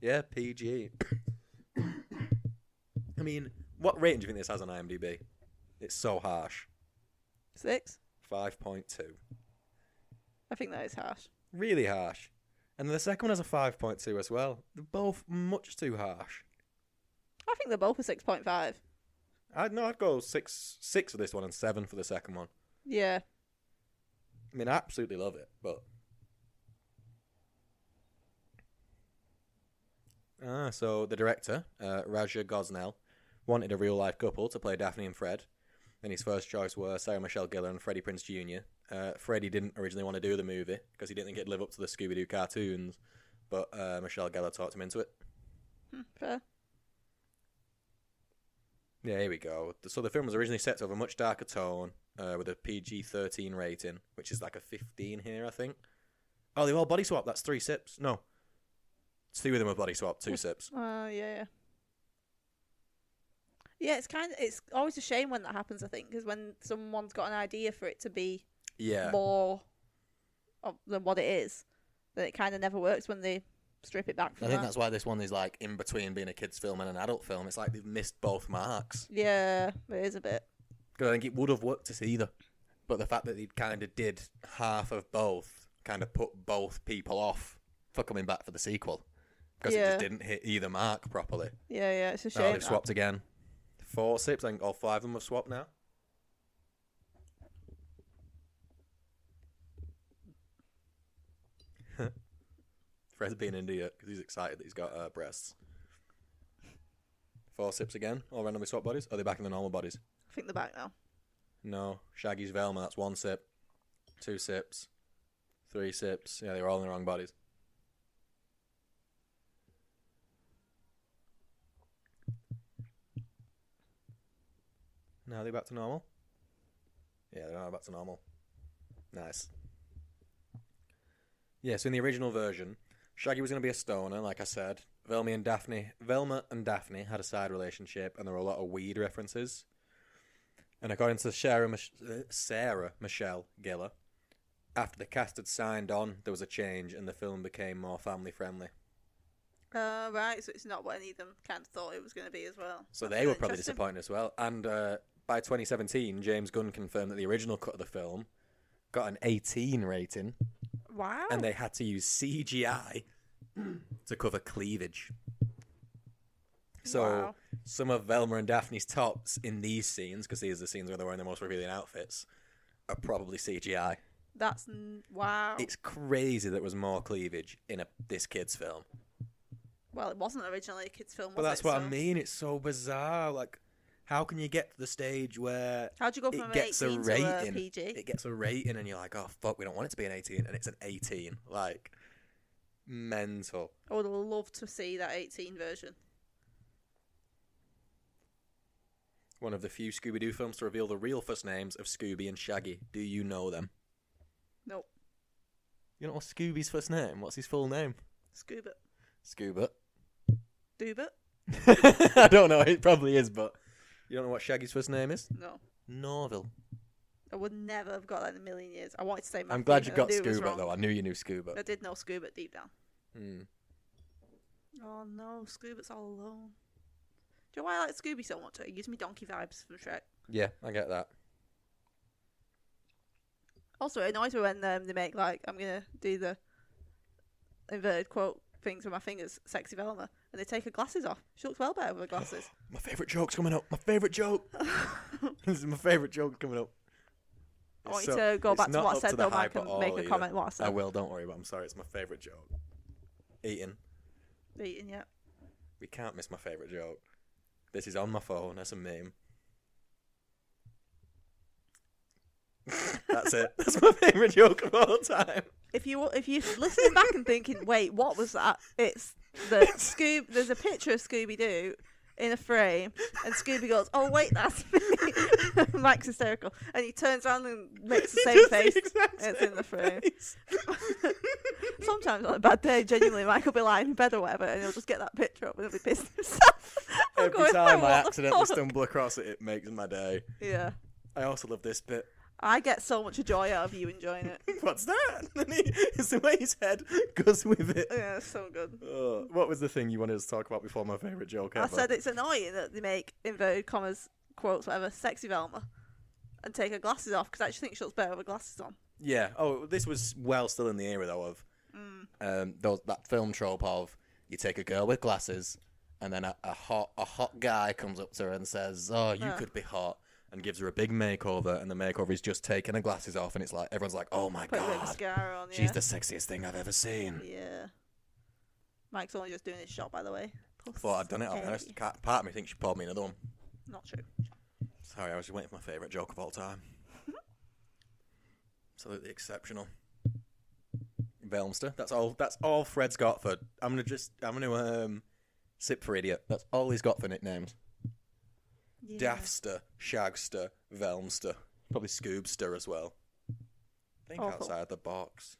A: Yeah, PG. I mean, what rating do you think this has on IMDb? It's so harsh.
B: Six?
A: 5.2.
B: I think that is harsh.
A: really harsh. And the second one has a 5.2 as well. They're both much too harsh.
B: I think they're both a 6.5.
A: I'd no, I'd go six six for this one and seven for the second one.
B: Yeah.
A: I mean, I absolutely love it, but ah, so the director uh, Raja Gosnell wanted a real life couple to play Daphne and Fred, and his first choice were Sarah Michelle Gellar and Freddie Prince Jr. Uh, Freddie didn't originally want to do the movie because he didn't think it'd live up to the Scooby Doo cartoons, but uh, Michelle Gellar talked him into it.
B: Hmm, fair.
A: Yeah, here we go. So the film was originally set to have a much darker tone, uh, with a PG thirteen rating, which is like a fifteen here, I think. Oh, they all body swap. That's three sips. No, two of them are body swap. Two
B: Yes.
A: sips.
B: Uh, yeah, yeah. Yeah, it's kind of it's always a shame when that happens. I think because when someone's got an idea for it to be
A: Yeah,
B: more of, than what it is, then it kind of never works when they strip it back. From
A: I think
B: that.
A: that's why this one is like in between being a kids' film and an adult film. It's like they've missed both marks
B: yeah, it is a bit.
A: because I think it would have worked to see either, but the fact that they kind of did half of both kind of put both people off for coming back for the sequel because it
B: Yeah.
A: just didn't hit either mark properly.
B: Yeah, yeah, it's a
A: Oh,
B: shame.
A: they've
B: that.
A: swapped again. Four sips. I think all five of them have swapped now. Fred's being an idiot because he's excited that he's got uh, breasts. Four sips again. All randomly swap bodies. Are they back in the normal bodies?
B: I think they're back now.
A: No. Shaggy's Velma. That's one sip. Two sips. Three sips. Yeah, they were all in the wrong bodies. Now they're back to normal. Yeah, they're now back to normal. Nice. Yeah, so in the original version, Shaggy was going to be a stoner, like I said. Velma and Daphne, Velma and Daphne had a side relationship, and there were a lot of weed references. And according to Sarah, Mich- uh, Sarah Michelle Gellar, after the cast had signed on, there was a change, and the film became more family friendly.
B: Uh, right, so it's not what any of them kind of thought it was going to be as well.
A: So
B: That's
A: they were probably
B: interesting.
A: disappointed as well. And uh, by 2017, James Gunn confirmed that the original cut of the film got an 18 rating,
B: Wow.
A: and they had to use CGI to cover cleavage. So
B: Wow.
A: some of Velma and Daphne's tops in these scenes, because these are the scenes where they're wearing the most revealing outfits, are probably CGI.
B: That's n- wow.
A: It's crazy that there was more cleavage in a this kid's film.
B: Well, it wasn't originally a kids' film.
A: But
B: was
A: that's
B: it?
A: what
B: So
A: I mean. It's so bizarre. Like, how can you get to the stage where
B: How'd you go
A: it
B: from an
A: gets a
B: 18 to uh, a
A: rating.
B: PG?
A: it gets a rating and you're like, oh fuck, we don't want it to be an 18, and it's an 18. Like, mental.
B: I would love to see that 18 version.
A: One of the few Scooby Doo films to reveal the real first names of Scooby and Shaggy. Do you know them?
B: Nope.
A: You know what's Scooby's first name? What's his full name?
B: Scuba.
A: Scuba.
B: Dooba?
A: I don't know. It probably is, but you don't know what Shaggy's first name is?
B: No.
A: Norville.
B: I would never have got that in a million years. I wanted to say
A: I'm
B: Matthew,
A: glad you
B: but I
A: got
B: knew it was
A: Scuba
B: wrong.
A: though. I knew you knew Scuba.
B: I did know Scuba deep down.
A: Hmm.
B: Oh no, Scuba's all alone. Do you know why I like Scooby so much? It gives me donkey vibes from Shrek.
A: Yeah, I get that.
B: Also, it annoys me when um, they make like I'm gonna do the inverted quote things with my fingers, sexy Velma, and they take her glasses off. She looks well better with her glasses.
A: My favourite joke's coming up. My favourite joke. this is my favourite joke coming up.
B: I want
A: So-
B: you to go
A: it's
B: back to
A: not
B: what I
A: up
B: said
A: to the
B: though, and I
A: hype at
B: can make
A: all
B: a
A: either.
B: comment what I
A: I
B: said.
A: will, don't worry, but I'm sorry, it's my favourite joke. Eating.
B: Eating, yeah.
A: We can't miss my favourite joke. This is on my phone, that's a meme. that's it. That's my favourite joke of all time.
B: If you if you listening back and thinking, wait, what was that? It's the Scoob. There's a picture of Scooby Doo in a frame, and Scooby goes, "Oh wait, that's me." Mike's hysterical, and he turns around and makes the same
A: Just
B: face.
A: exact
B: It's
A: same
B: in the Oh, frame.
A: face.
B: Sometimes on a bad day, genuinely, Mike will be lying in bed or whatever, and he'll just get that picture up and he'll be pissed himself. I'm
A: Every
B: going,
A: time I
B: "What the
A: accidentally
B: fuck?"
A: stumble across it, it makes my day.
B: Yeah,
A: I also love this bit.
B: I get so much joy out of you enjoying it.
A: What's that? And he- it's the way his head goes with it.
B: Yeah, it's so good.
A: Uh, what was the thing you wanted us to talk about before my favourite joke ever?
B: I said it's annoying that they make inverted commas quotes whatever sexy Velma and take her glasses off because I actually think she looks better with her glasses on.
A: Yeah. Oh, this was well still in the era though of
B: Mm.
A: um, those, that film trope of you take a girl with glasses, and then a, a hot a hot guy comes up to her and says, "Oh, you could be hot," and gives her a big makeover, and the makeover is just taking her glasses off, and it's like everyone's like, "Oh my
B: Put a bit of
A: god,
B: mascara on. Yeah.
A: she's the sexiest thing I've ever seen."
B: yeah. Mike's only just doing his shot by the way. Puss
A: Thought I'd done it. I'll be
B: egg.
A: honest. Ca- Part of me thinks she pulled me another one.
B: Not true.
A: Sorry, I was just waiting for my favourite joke of all time. Absolutely exceptional. Velmster. That's all. That's all Fred's got for. I'm gonna just. I'm gonna um, sip for idiot. That's all he's got for nicknames.
B: Yeah.
A: Daffster, Shagster, Velmster, probably Scoobster as well. Think
B: Awful.
A: outside the box.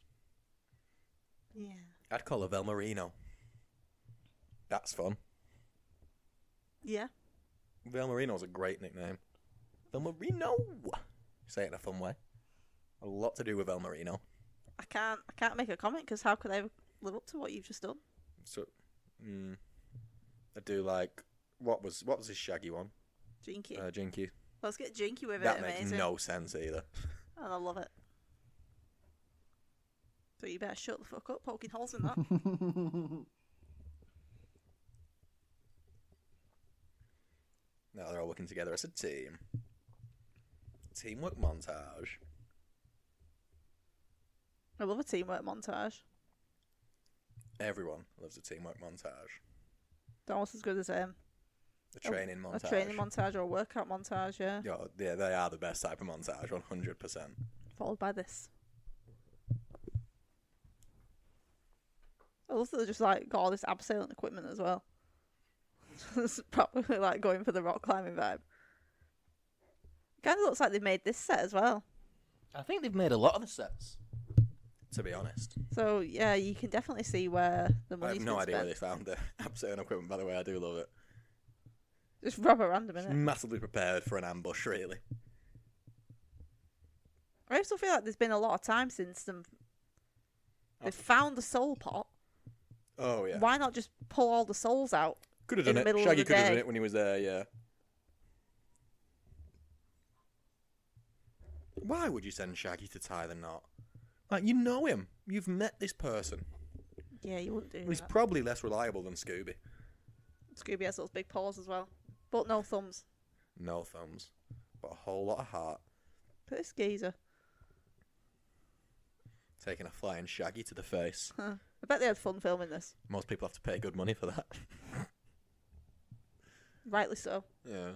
B: Yeah.
A: I'd call her Velmarino. That's fun.
B: Yeah.
A: Velmarino's a great nickname. Velmarino. Say it in a fun way. A lot to do with Velmarino.
B: I can't. I can't make a comment because how could I ever live up to what you've just done?
A: So, mm, I do like what was what was his shaggy one?
B: Jinky.
A: Uh, Jinky.
B: Let's get jinky with
A: that
B: it.
A: makes
B: Amazing.
A: no sense either.
B: And I love it. So you better shut the fuck up, poking holes in that.
A: Now they're all working together as a team. Teamwork montage.
B: I love a teamwork montage.
A: Everyone loves a teamwork montage.
B: They're almost as good as um,
A: The training montage.
B: A training montage or a workout montage, yeah.
A: Yo, yeah, they are the best type of montage, one hundred percent.
B: Followed by this. I love that they just like got all this abseiling equipment as well. it's probably like going for the rock climbing vibe. Kind of looks like they made this set as well.
C: I think they've made a lot of the sets.
A: To be honest,
B: So yeah, you can definitely see where
A: I
B: the money's
A: have no
B: been
A: idea where
B: spent.
A: they found the abseiling equipment. By the way, I do love it.
B: Just rubber random in it.
A: Massively prepared for an ambush, really.
B: I also feel like there's been a lot of time since them. They found the soul pot.
A: Oh yeah,
B: Why not just pull all the souls out?
A: could have
B: in
A: done
B: the
A: it.
B: middle of
A: Shaggy
B: the
A: could have done
B: day.
A: it when he was there. Yeah. Why would you send Shaggy to tie the knot? Like you know him, you've met this person.
B: Yeah, you wouldn't do
A: He's
B: that.
A: probably less reliable than Scooby.
B: Scooby has those big paws as well, but no thumbs.
A: No thumbs, but a whole lot of heart.
B: But this geezer.
A: Taking a flying Shaggy to the face.
B: Huh. I bet they had fun filming this.
A: Most people have to pay good money for that.
B: Rightly so.
A: Yeah.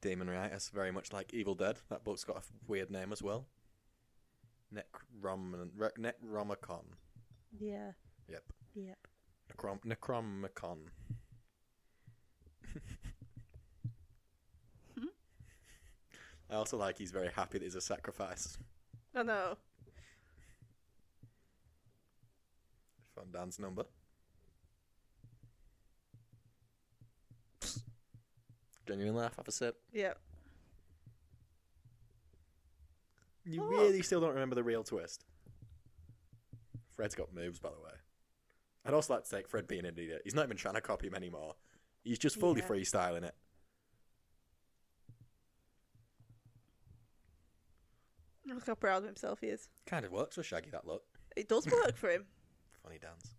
A: Demon Rightus, very much like Evil Dead. That book's got a f- weird name as well. Necrom- Re- Necromicon.
B: Yeah.
A: Yep.
B: Yep.
A: Necrom- Necromicon. I also like he's very happy that he's a sacrifice.
B: I know.
A: Fun dance number. Genuine laugh, have a sip.
B: Yeah.
A: You
B: Look.
A: really still don't remember the real twist. Fred's got moves, by the way. I'd also like to take Fred being an idiot. He's not even trying to copy him anymore. He's just fully
B: Yeah.
A: freestyling it.
B: Look how proud of himself he is.
A: Kind of works with Shaggy that look.
B: It does work for him.
A: Funny dance.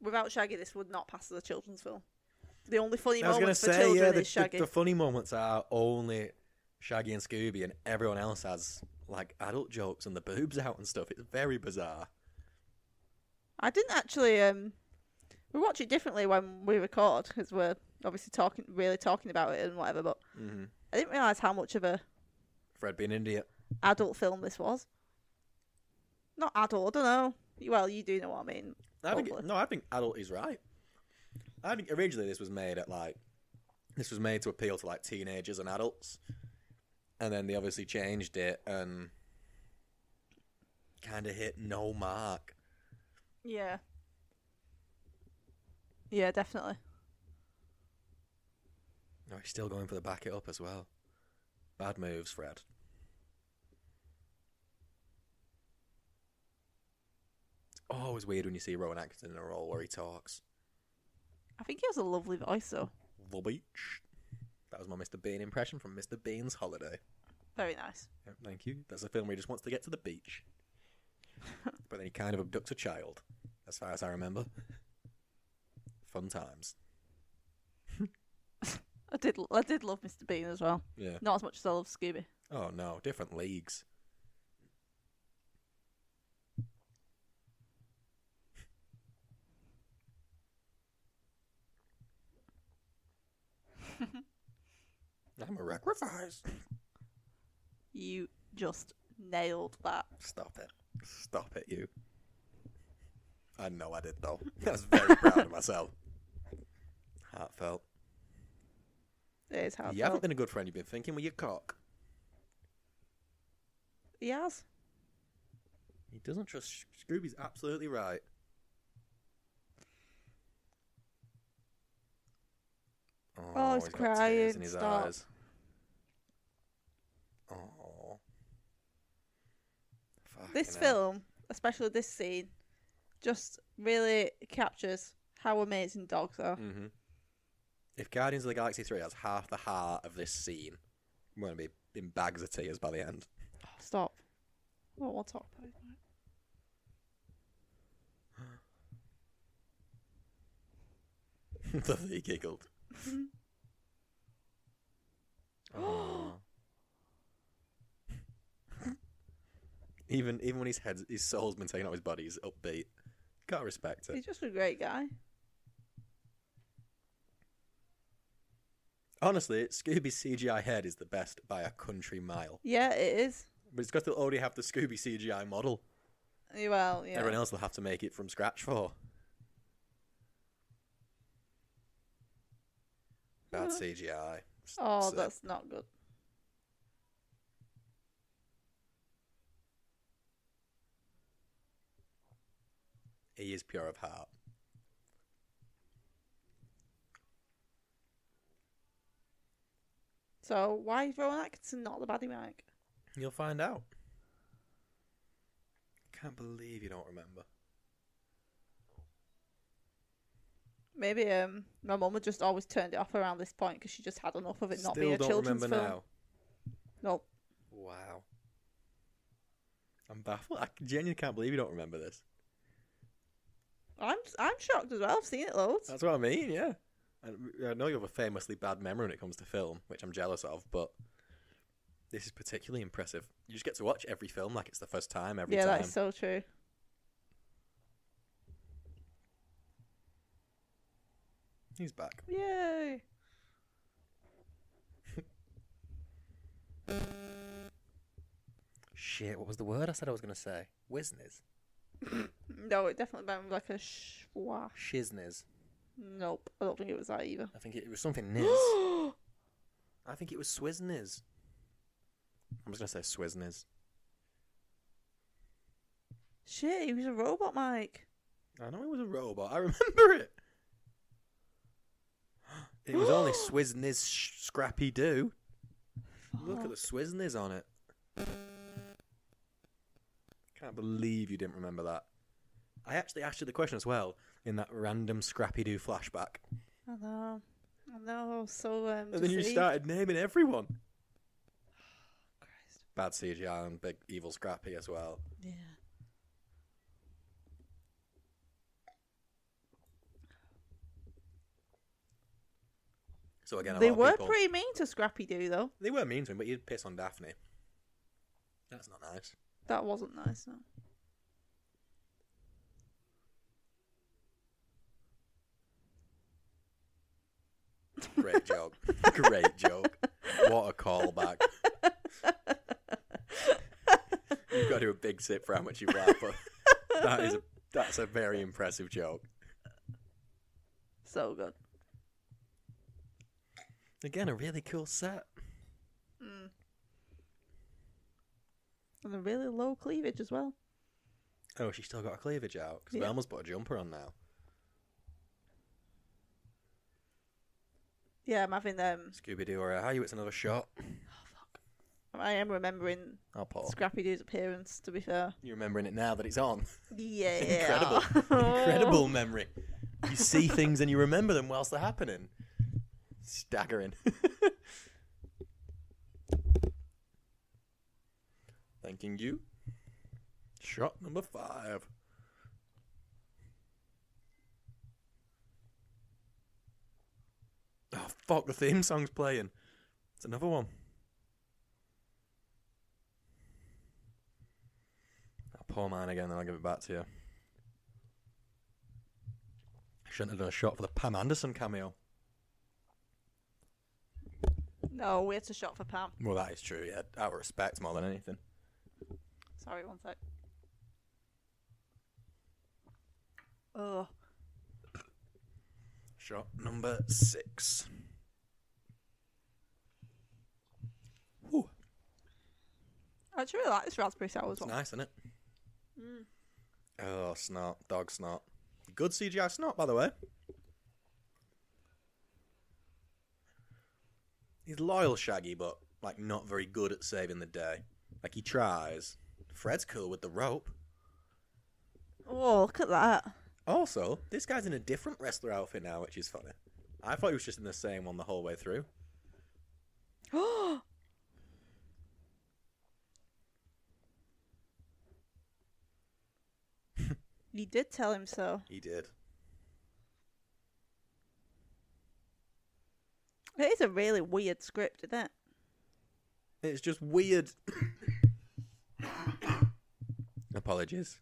B: Without Shaggy, this would not pass as a children's film. The only funny
A: I was gonna
B: moment for
A: say,
B: children
A: yeah, the,
B: is Shaggy.
A: the, the funny moments are only Shaggy and Scooby, and everyone else has like adult jokes and the boobs out and stuff. It's very bizarre.
B: I didn't actually. Um, we watch it differently when we record because we're obviously talking, really talking about it and whatever. But
A: Mm-hmm.
B: I didn't realize how much of a
A: Fred being an idiot.
B: adult film this was. Not adult, I don't know. Well, you do know what I mean.
A: I think
B: Hopefully.
A: no, I think adult is right. I think originally this was made at like this was made to appeal to like teenagers and adults, and then they obviously changed it and kind of hit no mark.
B: Yeah. Yeah, definitely.
A: No, he's still going for the back it up as well. Bad moves, Fred. It's always weird when you see Rowan Atkinson in a role where he talks.
B: I think he has a lovely voice, though.
A: Lubby. That was my Mr. Bean impression from Mr. Bean's Holiday.
B: Very nice.
A: Yep, thank you. That's a film where he just wants to get to the beach. but then he kind of abducts a child, as far as I remember. Fun times.
B: I did. I did love Mr. Bean as well.
A: Yeah.
B: Not as much as I love Scooby.
A: Oh no, different leagues. I'm a sacrifice.
B: You just nailed that.
A: Stop it. Stop it, you. I know I did, though. I was very proud of myself. Heartfelt.
B: It is how.
A: You haven't been a good friend. You've been thinking with your cock.
B: He has.
A: He doesn't trust Sh- Scooby's absolutely right. Oh,
B: he's
A: got tears
B: crying.
A: in his
B: Stop.
A: eyes. Oh.
B: this
A: Fucking hell.
B: film, especially this scene, just really captures how amazing dogs are.
A: Mm-hmm. If Guardians of the Galaxy 3 has half the heart of this scene, I'm going to be in bags of tears by the end.
B: Stop. I don't want to talk about it.
A: the he giggled. Aw. even even when his head, his soul's been taken out of his body, he's upbeat. Gotta respect it.
B: He's just a great guy.
A: Honestly, Scooby's CGI head is the best by a country mile.
B: Yeah, it is.
A: But it's because they'll already have the Scooby CGI model.
B: Well, yeah.
A: Everyone else will have to make it from scratch for. Bad CGI. Just
B: Oh,
A: sick.
B: that's not good.
A: He is pure of heart.
B: So why is Rowan Atkinson not the baddie Mike?
A: You'll find out. Can't believe you don't remember.
B: Maybe um, my mum had just always turned it off around this point because she just had enough of it not
A: Still
B: being a
A: don't
B: children's
A: remember
B: film.
A: now.
B: No,
A: Wow. I'm baffled. I genuinely can't believe you don't remember this.
B: I'm I'm shocked as well. I've seen it loads.
A: That's what I mean, yeah. And I know you have a famously bad memory when it comes to film, which I'm jealous of, but this is particularly impressive. You just get to watch every film like it's the first time every
B: yeah,
A: time.
B: that's so true.
A: He's back.
B: Yay!
A: Shit, what was the word I said I was going to say? Whizness.
B: No, it definitely been like a schwa.
A: Shizness.
B: Nope, I don't think it was that either.
A: I think it, was something niz. I think it was swizniz. I'm just going to say swizniz.
B: Shit, he was a robot, Mike.
A: I know it was a robot. I remember it. It was only Swizniz Scrappy Doo. Look at the Swizniz on it. Can't believe you didn't remember that. I actually asked you the question as well in that random Scrappy Doo flashback.
B: I know. I know. So um.
A: And then you
B: deceived.
A: started naming everyone.
B: Christ.
A: Bad CGI and big evil Scrappy as well.
B: Yeah.
A: So again, a
B: They
A: lot of
B: were
A: people-
B: pretty mean to Scrappy Doo though.
A: They were mean to him, but you'd piss on Daphne. That's not nice.
B: That wasn't nice. No.
A: Great joke. Great joke. What a callback. You've got to do a big sit for how much you've laughed, but that is a, that's a very impressive joke.
B: So good.
A: Again, a really cool set.
B: And a really low cleavage as well.
A: Oh, she's still got her cleavage out because
B: Yeah.
A: Velma's put a jumper on now.
B: Yeah, I'm having um.
A: Scooby Doo or how you? It's another shot.
B: I am remembering
A: Oh, Paul,
B: Scrappy Doo's appearance. To be fair.
A: you're remembering it now that it's on.
B: Yeah.
A: Incredible. Incredible memory. You see things and you remember them whilst they're happening. Staggering. Thanking you. Shot number five. Oh, fuck, the theme song's playing. It's another one. I'll pour mine Ah, again, then I'll give it back to you. I shouldn't have done a shot for the Pam Anderson cameo.
B: No, we had to shop for Pam.
A: Well, that is true, yeah. Out of respect more than anything.
B: Sorry, one sec. Oh,
A: Shot number six. Whew,
B: I actually really like this raspberry sour as
A: it's
B: well.
A: nice, isn't it? Mm. Oh, snot. Dog snot. Good CGI snot, by the way. He's loyal, Shaggy, but, like, not very good at saving the day. Like, he tries. Fred's cool with the rope.
B: Oh, look at that.
A: Also, this guy's in a different wrestler outfit now, which is funny. I thought he was just in the same one the whole way through.
B: Oh, you did tell him so.
A: He did.
B: It is a really weird script, isn't it?
A: It's just weird. Apologies.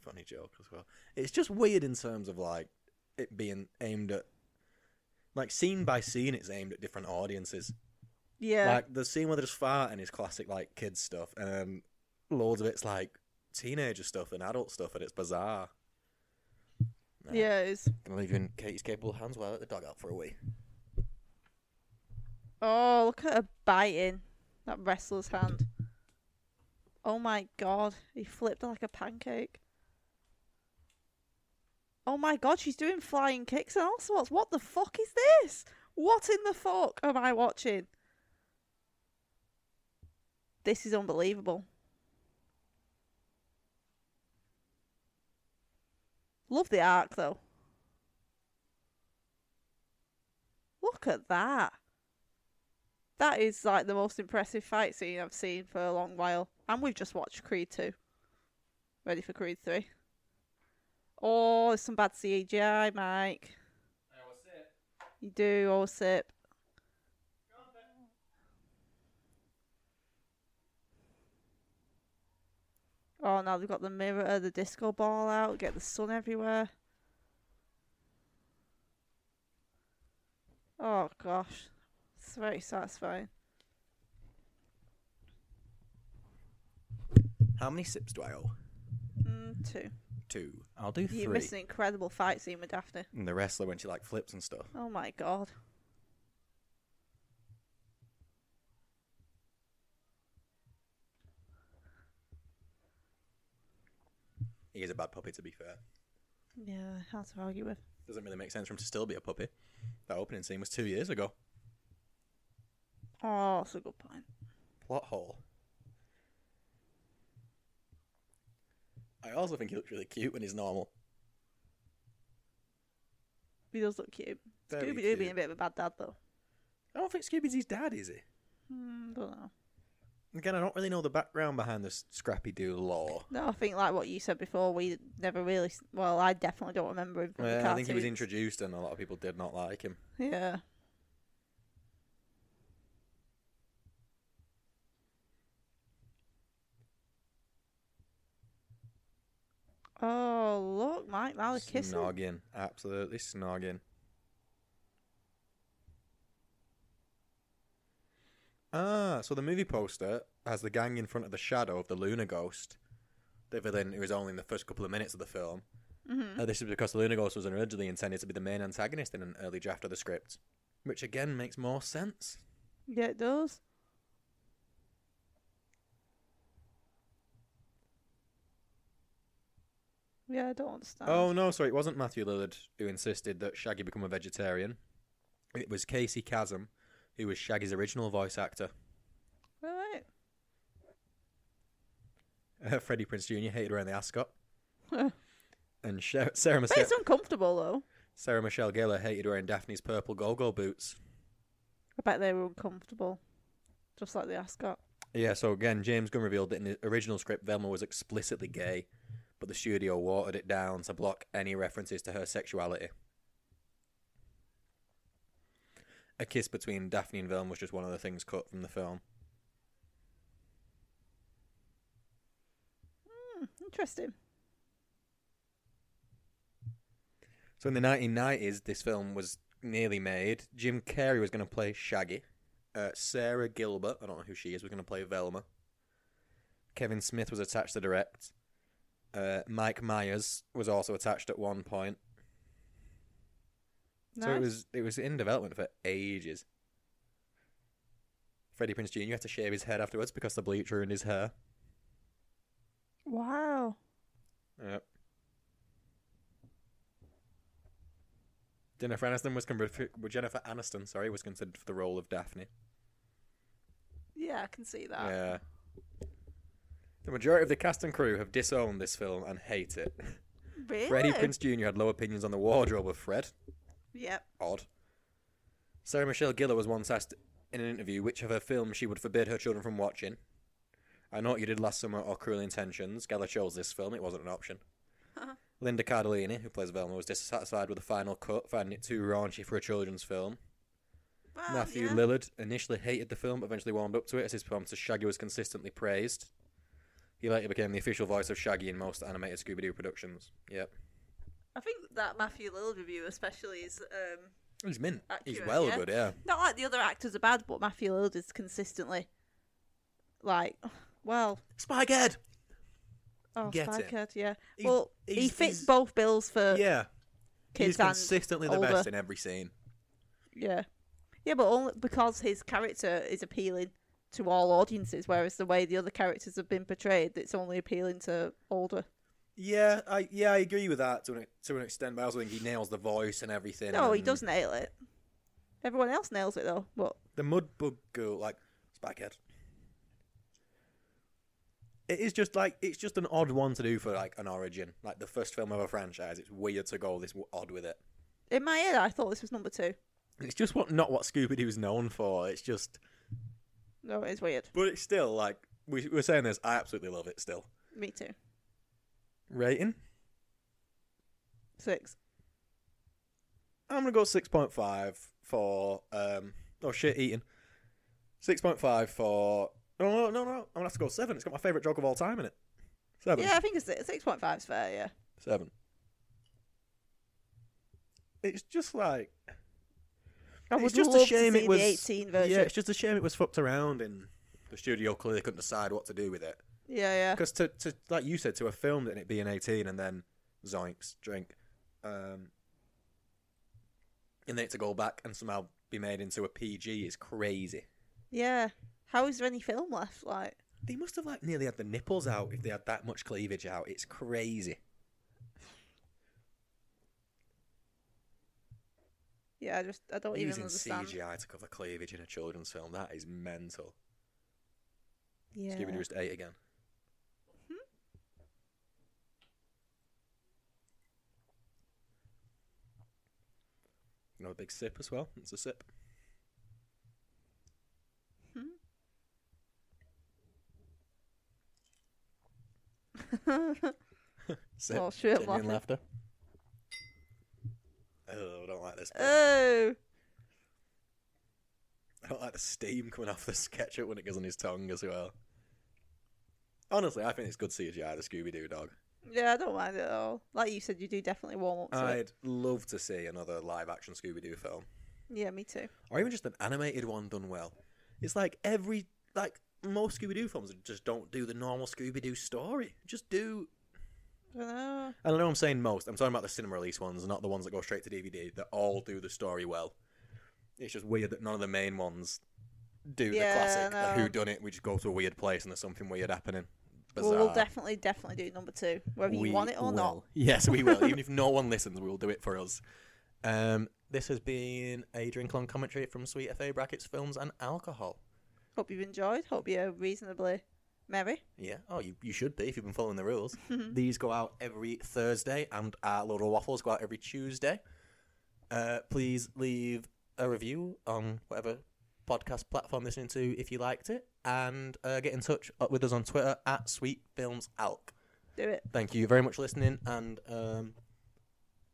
A: Funny joke as well. It's just weird in terms of like it being aimed at, like scene by scene, it's aimed at different audiences.
B: Yeah.
A: Like the scene where they're just farting is classic like kids stuff, and then loads of it's like teenager stuff and adult stuff, and it's bizarre. Nah,
B: yeah, it's
A: Gonna leave you in Katie's capable hands while I let the dog out for a wee.
B: Oh, look at her biting that wrestler's hand. Oh my god, he flipped her like a pancake. Oh my god, she's doing flying kicks and all sorts. What the fuck is this? What in the fuck am I watching? This is unbelievable. Love the arc though. Look at that. That is like the most impressive fight scene I've seen for a long while. And we've just watched Creed 2. Ready for Creed 3. Oh, there's some bad CGI, Mike. You do, oh sip. Oh, now they've got the mirror, the disco ball out, get the sun everywhere. Oh gosh. It's very satisfying.
A: How many sips do I owe?
B: Mm, two.
A: Two. I'll do
B: You missed an incredible fight scene with Daphne.
A: And the wrestler when she like flips and stuff.
B: Oh my god.
A: He is a bad puppy to be fair.
B: Yeah, hard to argue with.
A: Doesn't really make sense for him to still be a puppy. That opening scene was two years ago.
B: Oh, that's a good point.
A: Plot hole. I also think he looks really cute when he's normal.
B: He does look cute.
A: Very
B: Scooby Doo
A: cute.
B: being a bit of a bad dad, though.
A: I don't think Scooby's his dad, is he?
B: Mm, don't know.
A: Again, I don't really know the background behind this Scrappy Doo lore.
B: No, I think like what you said before, we never really. s- Well, I definitely don't remember him from the
A: Yeah, I think he was
B: cartoons.
A: introduced, and a lot of people did not like him.
B: Yeah. Oh look, Mike! Now they're kissing.
A: Snogging, absolutely snogging. Ah, so the movie poster has the gang in front of the shadow of the Lunar Ghost, the villain who is only in the first couple of minutes of the film.
B: Mm-hmm.
A: Uh, this is because the Lunar Ghost was originally intended to be the main antagonist in an early draft of the script, which again makes more sense.
B: Yeah, it does. Yeah, I don't understand.
A: Oh no, sorry, it wasn't Matthew Lillard who insisted that Shaggy become a vegetarian. It was Casey Chasm, who was Shaggy's original voice actor.
B: All right.
A: Uh, Freddie Prince Jr. hated wearing the ascot. and Sh- Sarah,
B: But
A: Michelle
B: it's uncomfortable though.
A: Sarah Michelle Gellar hated wearing Daphne's purple go-go boots.
B: I bet they were uncomfortable, just like the ascot.
A: Yeah, so again, James Gunn revealed that in the original script, Velma was explicitly gay, but the studio watered it down to block any references to her sexuality. A kiss between Daphne and Velma was just one of the things cut from the film.
B: Hmm, interesting.
A: So in the 1990s, this film was nearly made. Jim Carrey was going to play Shaggy. Uh, Sarah Gilbert, I don't know who she is, was going to play Velma. Kevin Smith was attached to direct. Uh, Mike Myers was also attached at one point.
B: Nice.
A: So it was it was in development for ages. Freddie Prince Jr. had to shave his head afterwards because the bleach ruined his hair.
B: wow.
A: Yep. Jennifer Aniston was considered Jennifer Aniston, sorry, was considered for the role of Daphne.
B: Yeah, I can see that.
A: Yeah. The majority of the cast and crew have disowned this film and hate it.
B: Really?
A: Freddie Prince Jr. had low opinions on the wardrobe of Fred.
B: Yep.
A: Odd. Sarah Michelle Gellar was once asked in an interview which of her films she would forbid her children from watching. I Know What You Did Last Summer or Cruel Intentions. Gellar chose this film, it wasn't an option.
B: Uh-huh.
A: Linda Cardellini, who plays Velma, was dissatisfied with the final cut, finding it too raunchy for a children's film.
B: Well,
A: Matthew
B: Oh, yeah.
A: Lillard initially hated the film, but eventually warmed up to it as his performance as Shaggy was consistently praised. He later became the official voice of Shaggy in most animated Scooby Doo productions. Yep.
B: I think that Matthew Lillard review especially is um,
A: He's mint. He's
B: Accurate,
A: well
B: yeah.
A: good, yeah.
B: not like the other actors are bad, but Matthew Lillard is consistently like, well,
A: Spikehead!
B: oh,
A: Get
B: bad
A: it.
B: kid, yeah.
A: He's-
B: well, he
A: he's-
B: fits
A: he's-
B: both bills for
A: Yeah.
B: kids
A: He's
B: and
A: consistently the
B: older.
A: best in every scene.
B: Yeah, yeah, but only because his character is appealing to all audiences, whereas the way the other characters have been portrayed, it's only appealing to older.
A: Yeah, I yeah I agree with that to an to an extent, but I also think he nails the voice and everything.
B: No, he
A: and
B: does nail it. Everyone else nails it though. But
A: The Mudbug girl, like Spikehead. It is just like it's just an odd one to do for like an origin, like the first film of a franchise. It's weird to go this w- odd with it.
B: in my head, I thought this was number two.
A: It's just what not what Scooby Doo's known for. It's just,
B: No, it's weird.
A: but it's still like we, we're saying this. I absolutely love it still.
B: Me too.
A: Rating?
B: Six.
A: I'm gonna go six point five for um oh shit eating. Six point five for no no no no. I'm gonna have to go seven. It's got my favorite joke of all time in it. Seven.
B: Yeah, I think it's six point five is fair. Yeah.
A: Seven. It's just like
B: I
A: It's
B: would
A: just a
B: love
A: shame
B: to
A: it
B: see
A: was-
B: the 18 version.
A: yeah, it's just a shame it was fucked around and the studio clearly couldn't decide what to do with it.
B: yeah, yeah.
A: Because to, to like you said, to have filmed it and it being eighteen and then zoinks, drink, um, and then to go back and somehow be made into a PG is crazy.
B: Yeah. How is there any film left? Like,
A: They must have like nearly had the nipples out if they had that much cleavage out. It's crazy.
B: yeah, I just I don't even
A: Using
B: understand.
A: CGI to cover cleavage in a children's film that is mental.
B: Yeah. Hmm?
A: Scooby Doo just eight again. Another big sip as well. It's a sip. Sip.
B: Oh, shit,
A: Genuine
B: laughing.
A: laughter. Oh, I don't like this. bit.
B: oh,
A: I don't like the steam coming off the ketchup when it goes on his tongue as well. Honestly, I think it's good CGI, the Scooby Doo dog.
B: yeah, I don't mind it at all. Like you said, you do definitely warm up to
A: I'd
B: it.
A: love to see another live action Scooby Doo film.
B: Yeah, me too.
A: or even just an animated one done well. It's like every like most Scooby Doo films just don't do the normal Scooby Doo story. Just do.
B: I don't know.
A: I don't know. I'm saying most. I'm talking about the cinema release ones, not the ones that go straight to DVD. That all do the story well. It's just weird that none of the main ones do
B: Yeah,
A: the classic
B: no.
A: Who Done It. We just go to a weird place and there's something weird happening. Bizarre.
B: Well, we'll definitely, definitely do number two, whether
A: We
B: you want it or not.
A: will. Yes, we will. Even if no one listens, we will do it for us. Um, this has been a drink on commentary from Sweet FA brackets films and alcohol.
B: Hope you've enjoyed. Hope you're reasonably merry.
A: Yeah. Oh, you, you should be if you've been following the rules. These go out every Thursday, and our Lord of Waffles go out every Tuesday. Uh, please leave a review on whatever podcast platform you're listening to if you liked it, and uh, get in touch uh, with us on Twitter at Sweet Films Alc.
B: Do it.
A: Thank you very much for listening, and um,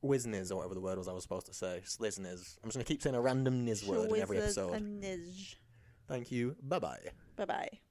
A: whizniz or whatever the word was I was supposed to say, slizniz. I'm just gonna keep saying a random niz word in every
B: Shwizzers
A: episode.
B: and niz.
A: Thank you. Bye bye.
B: Bye bye.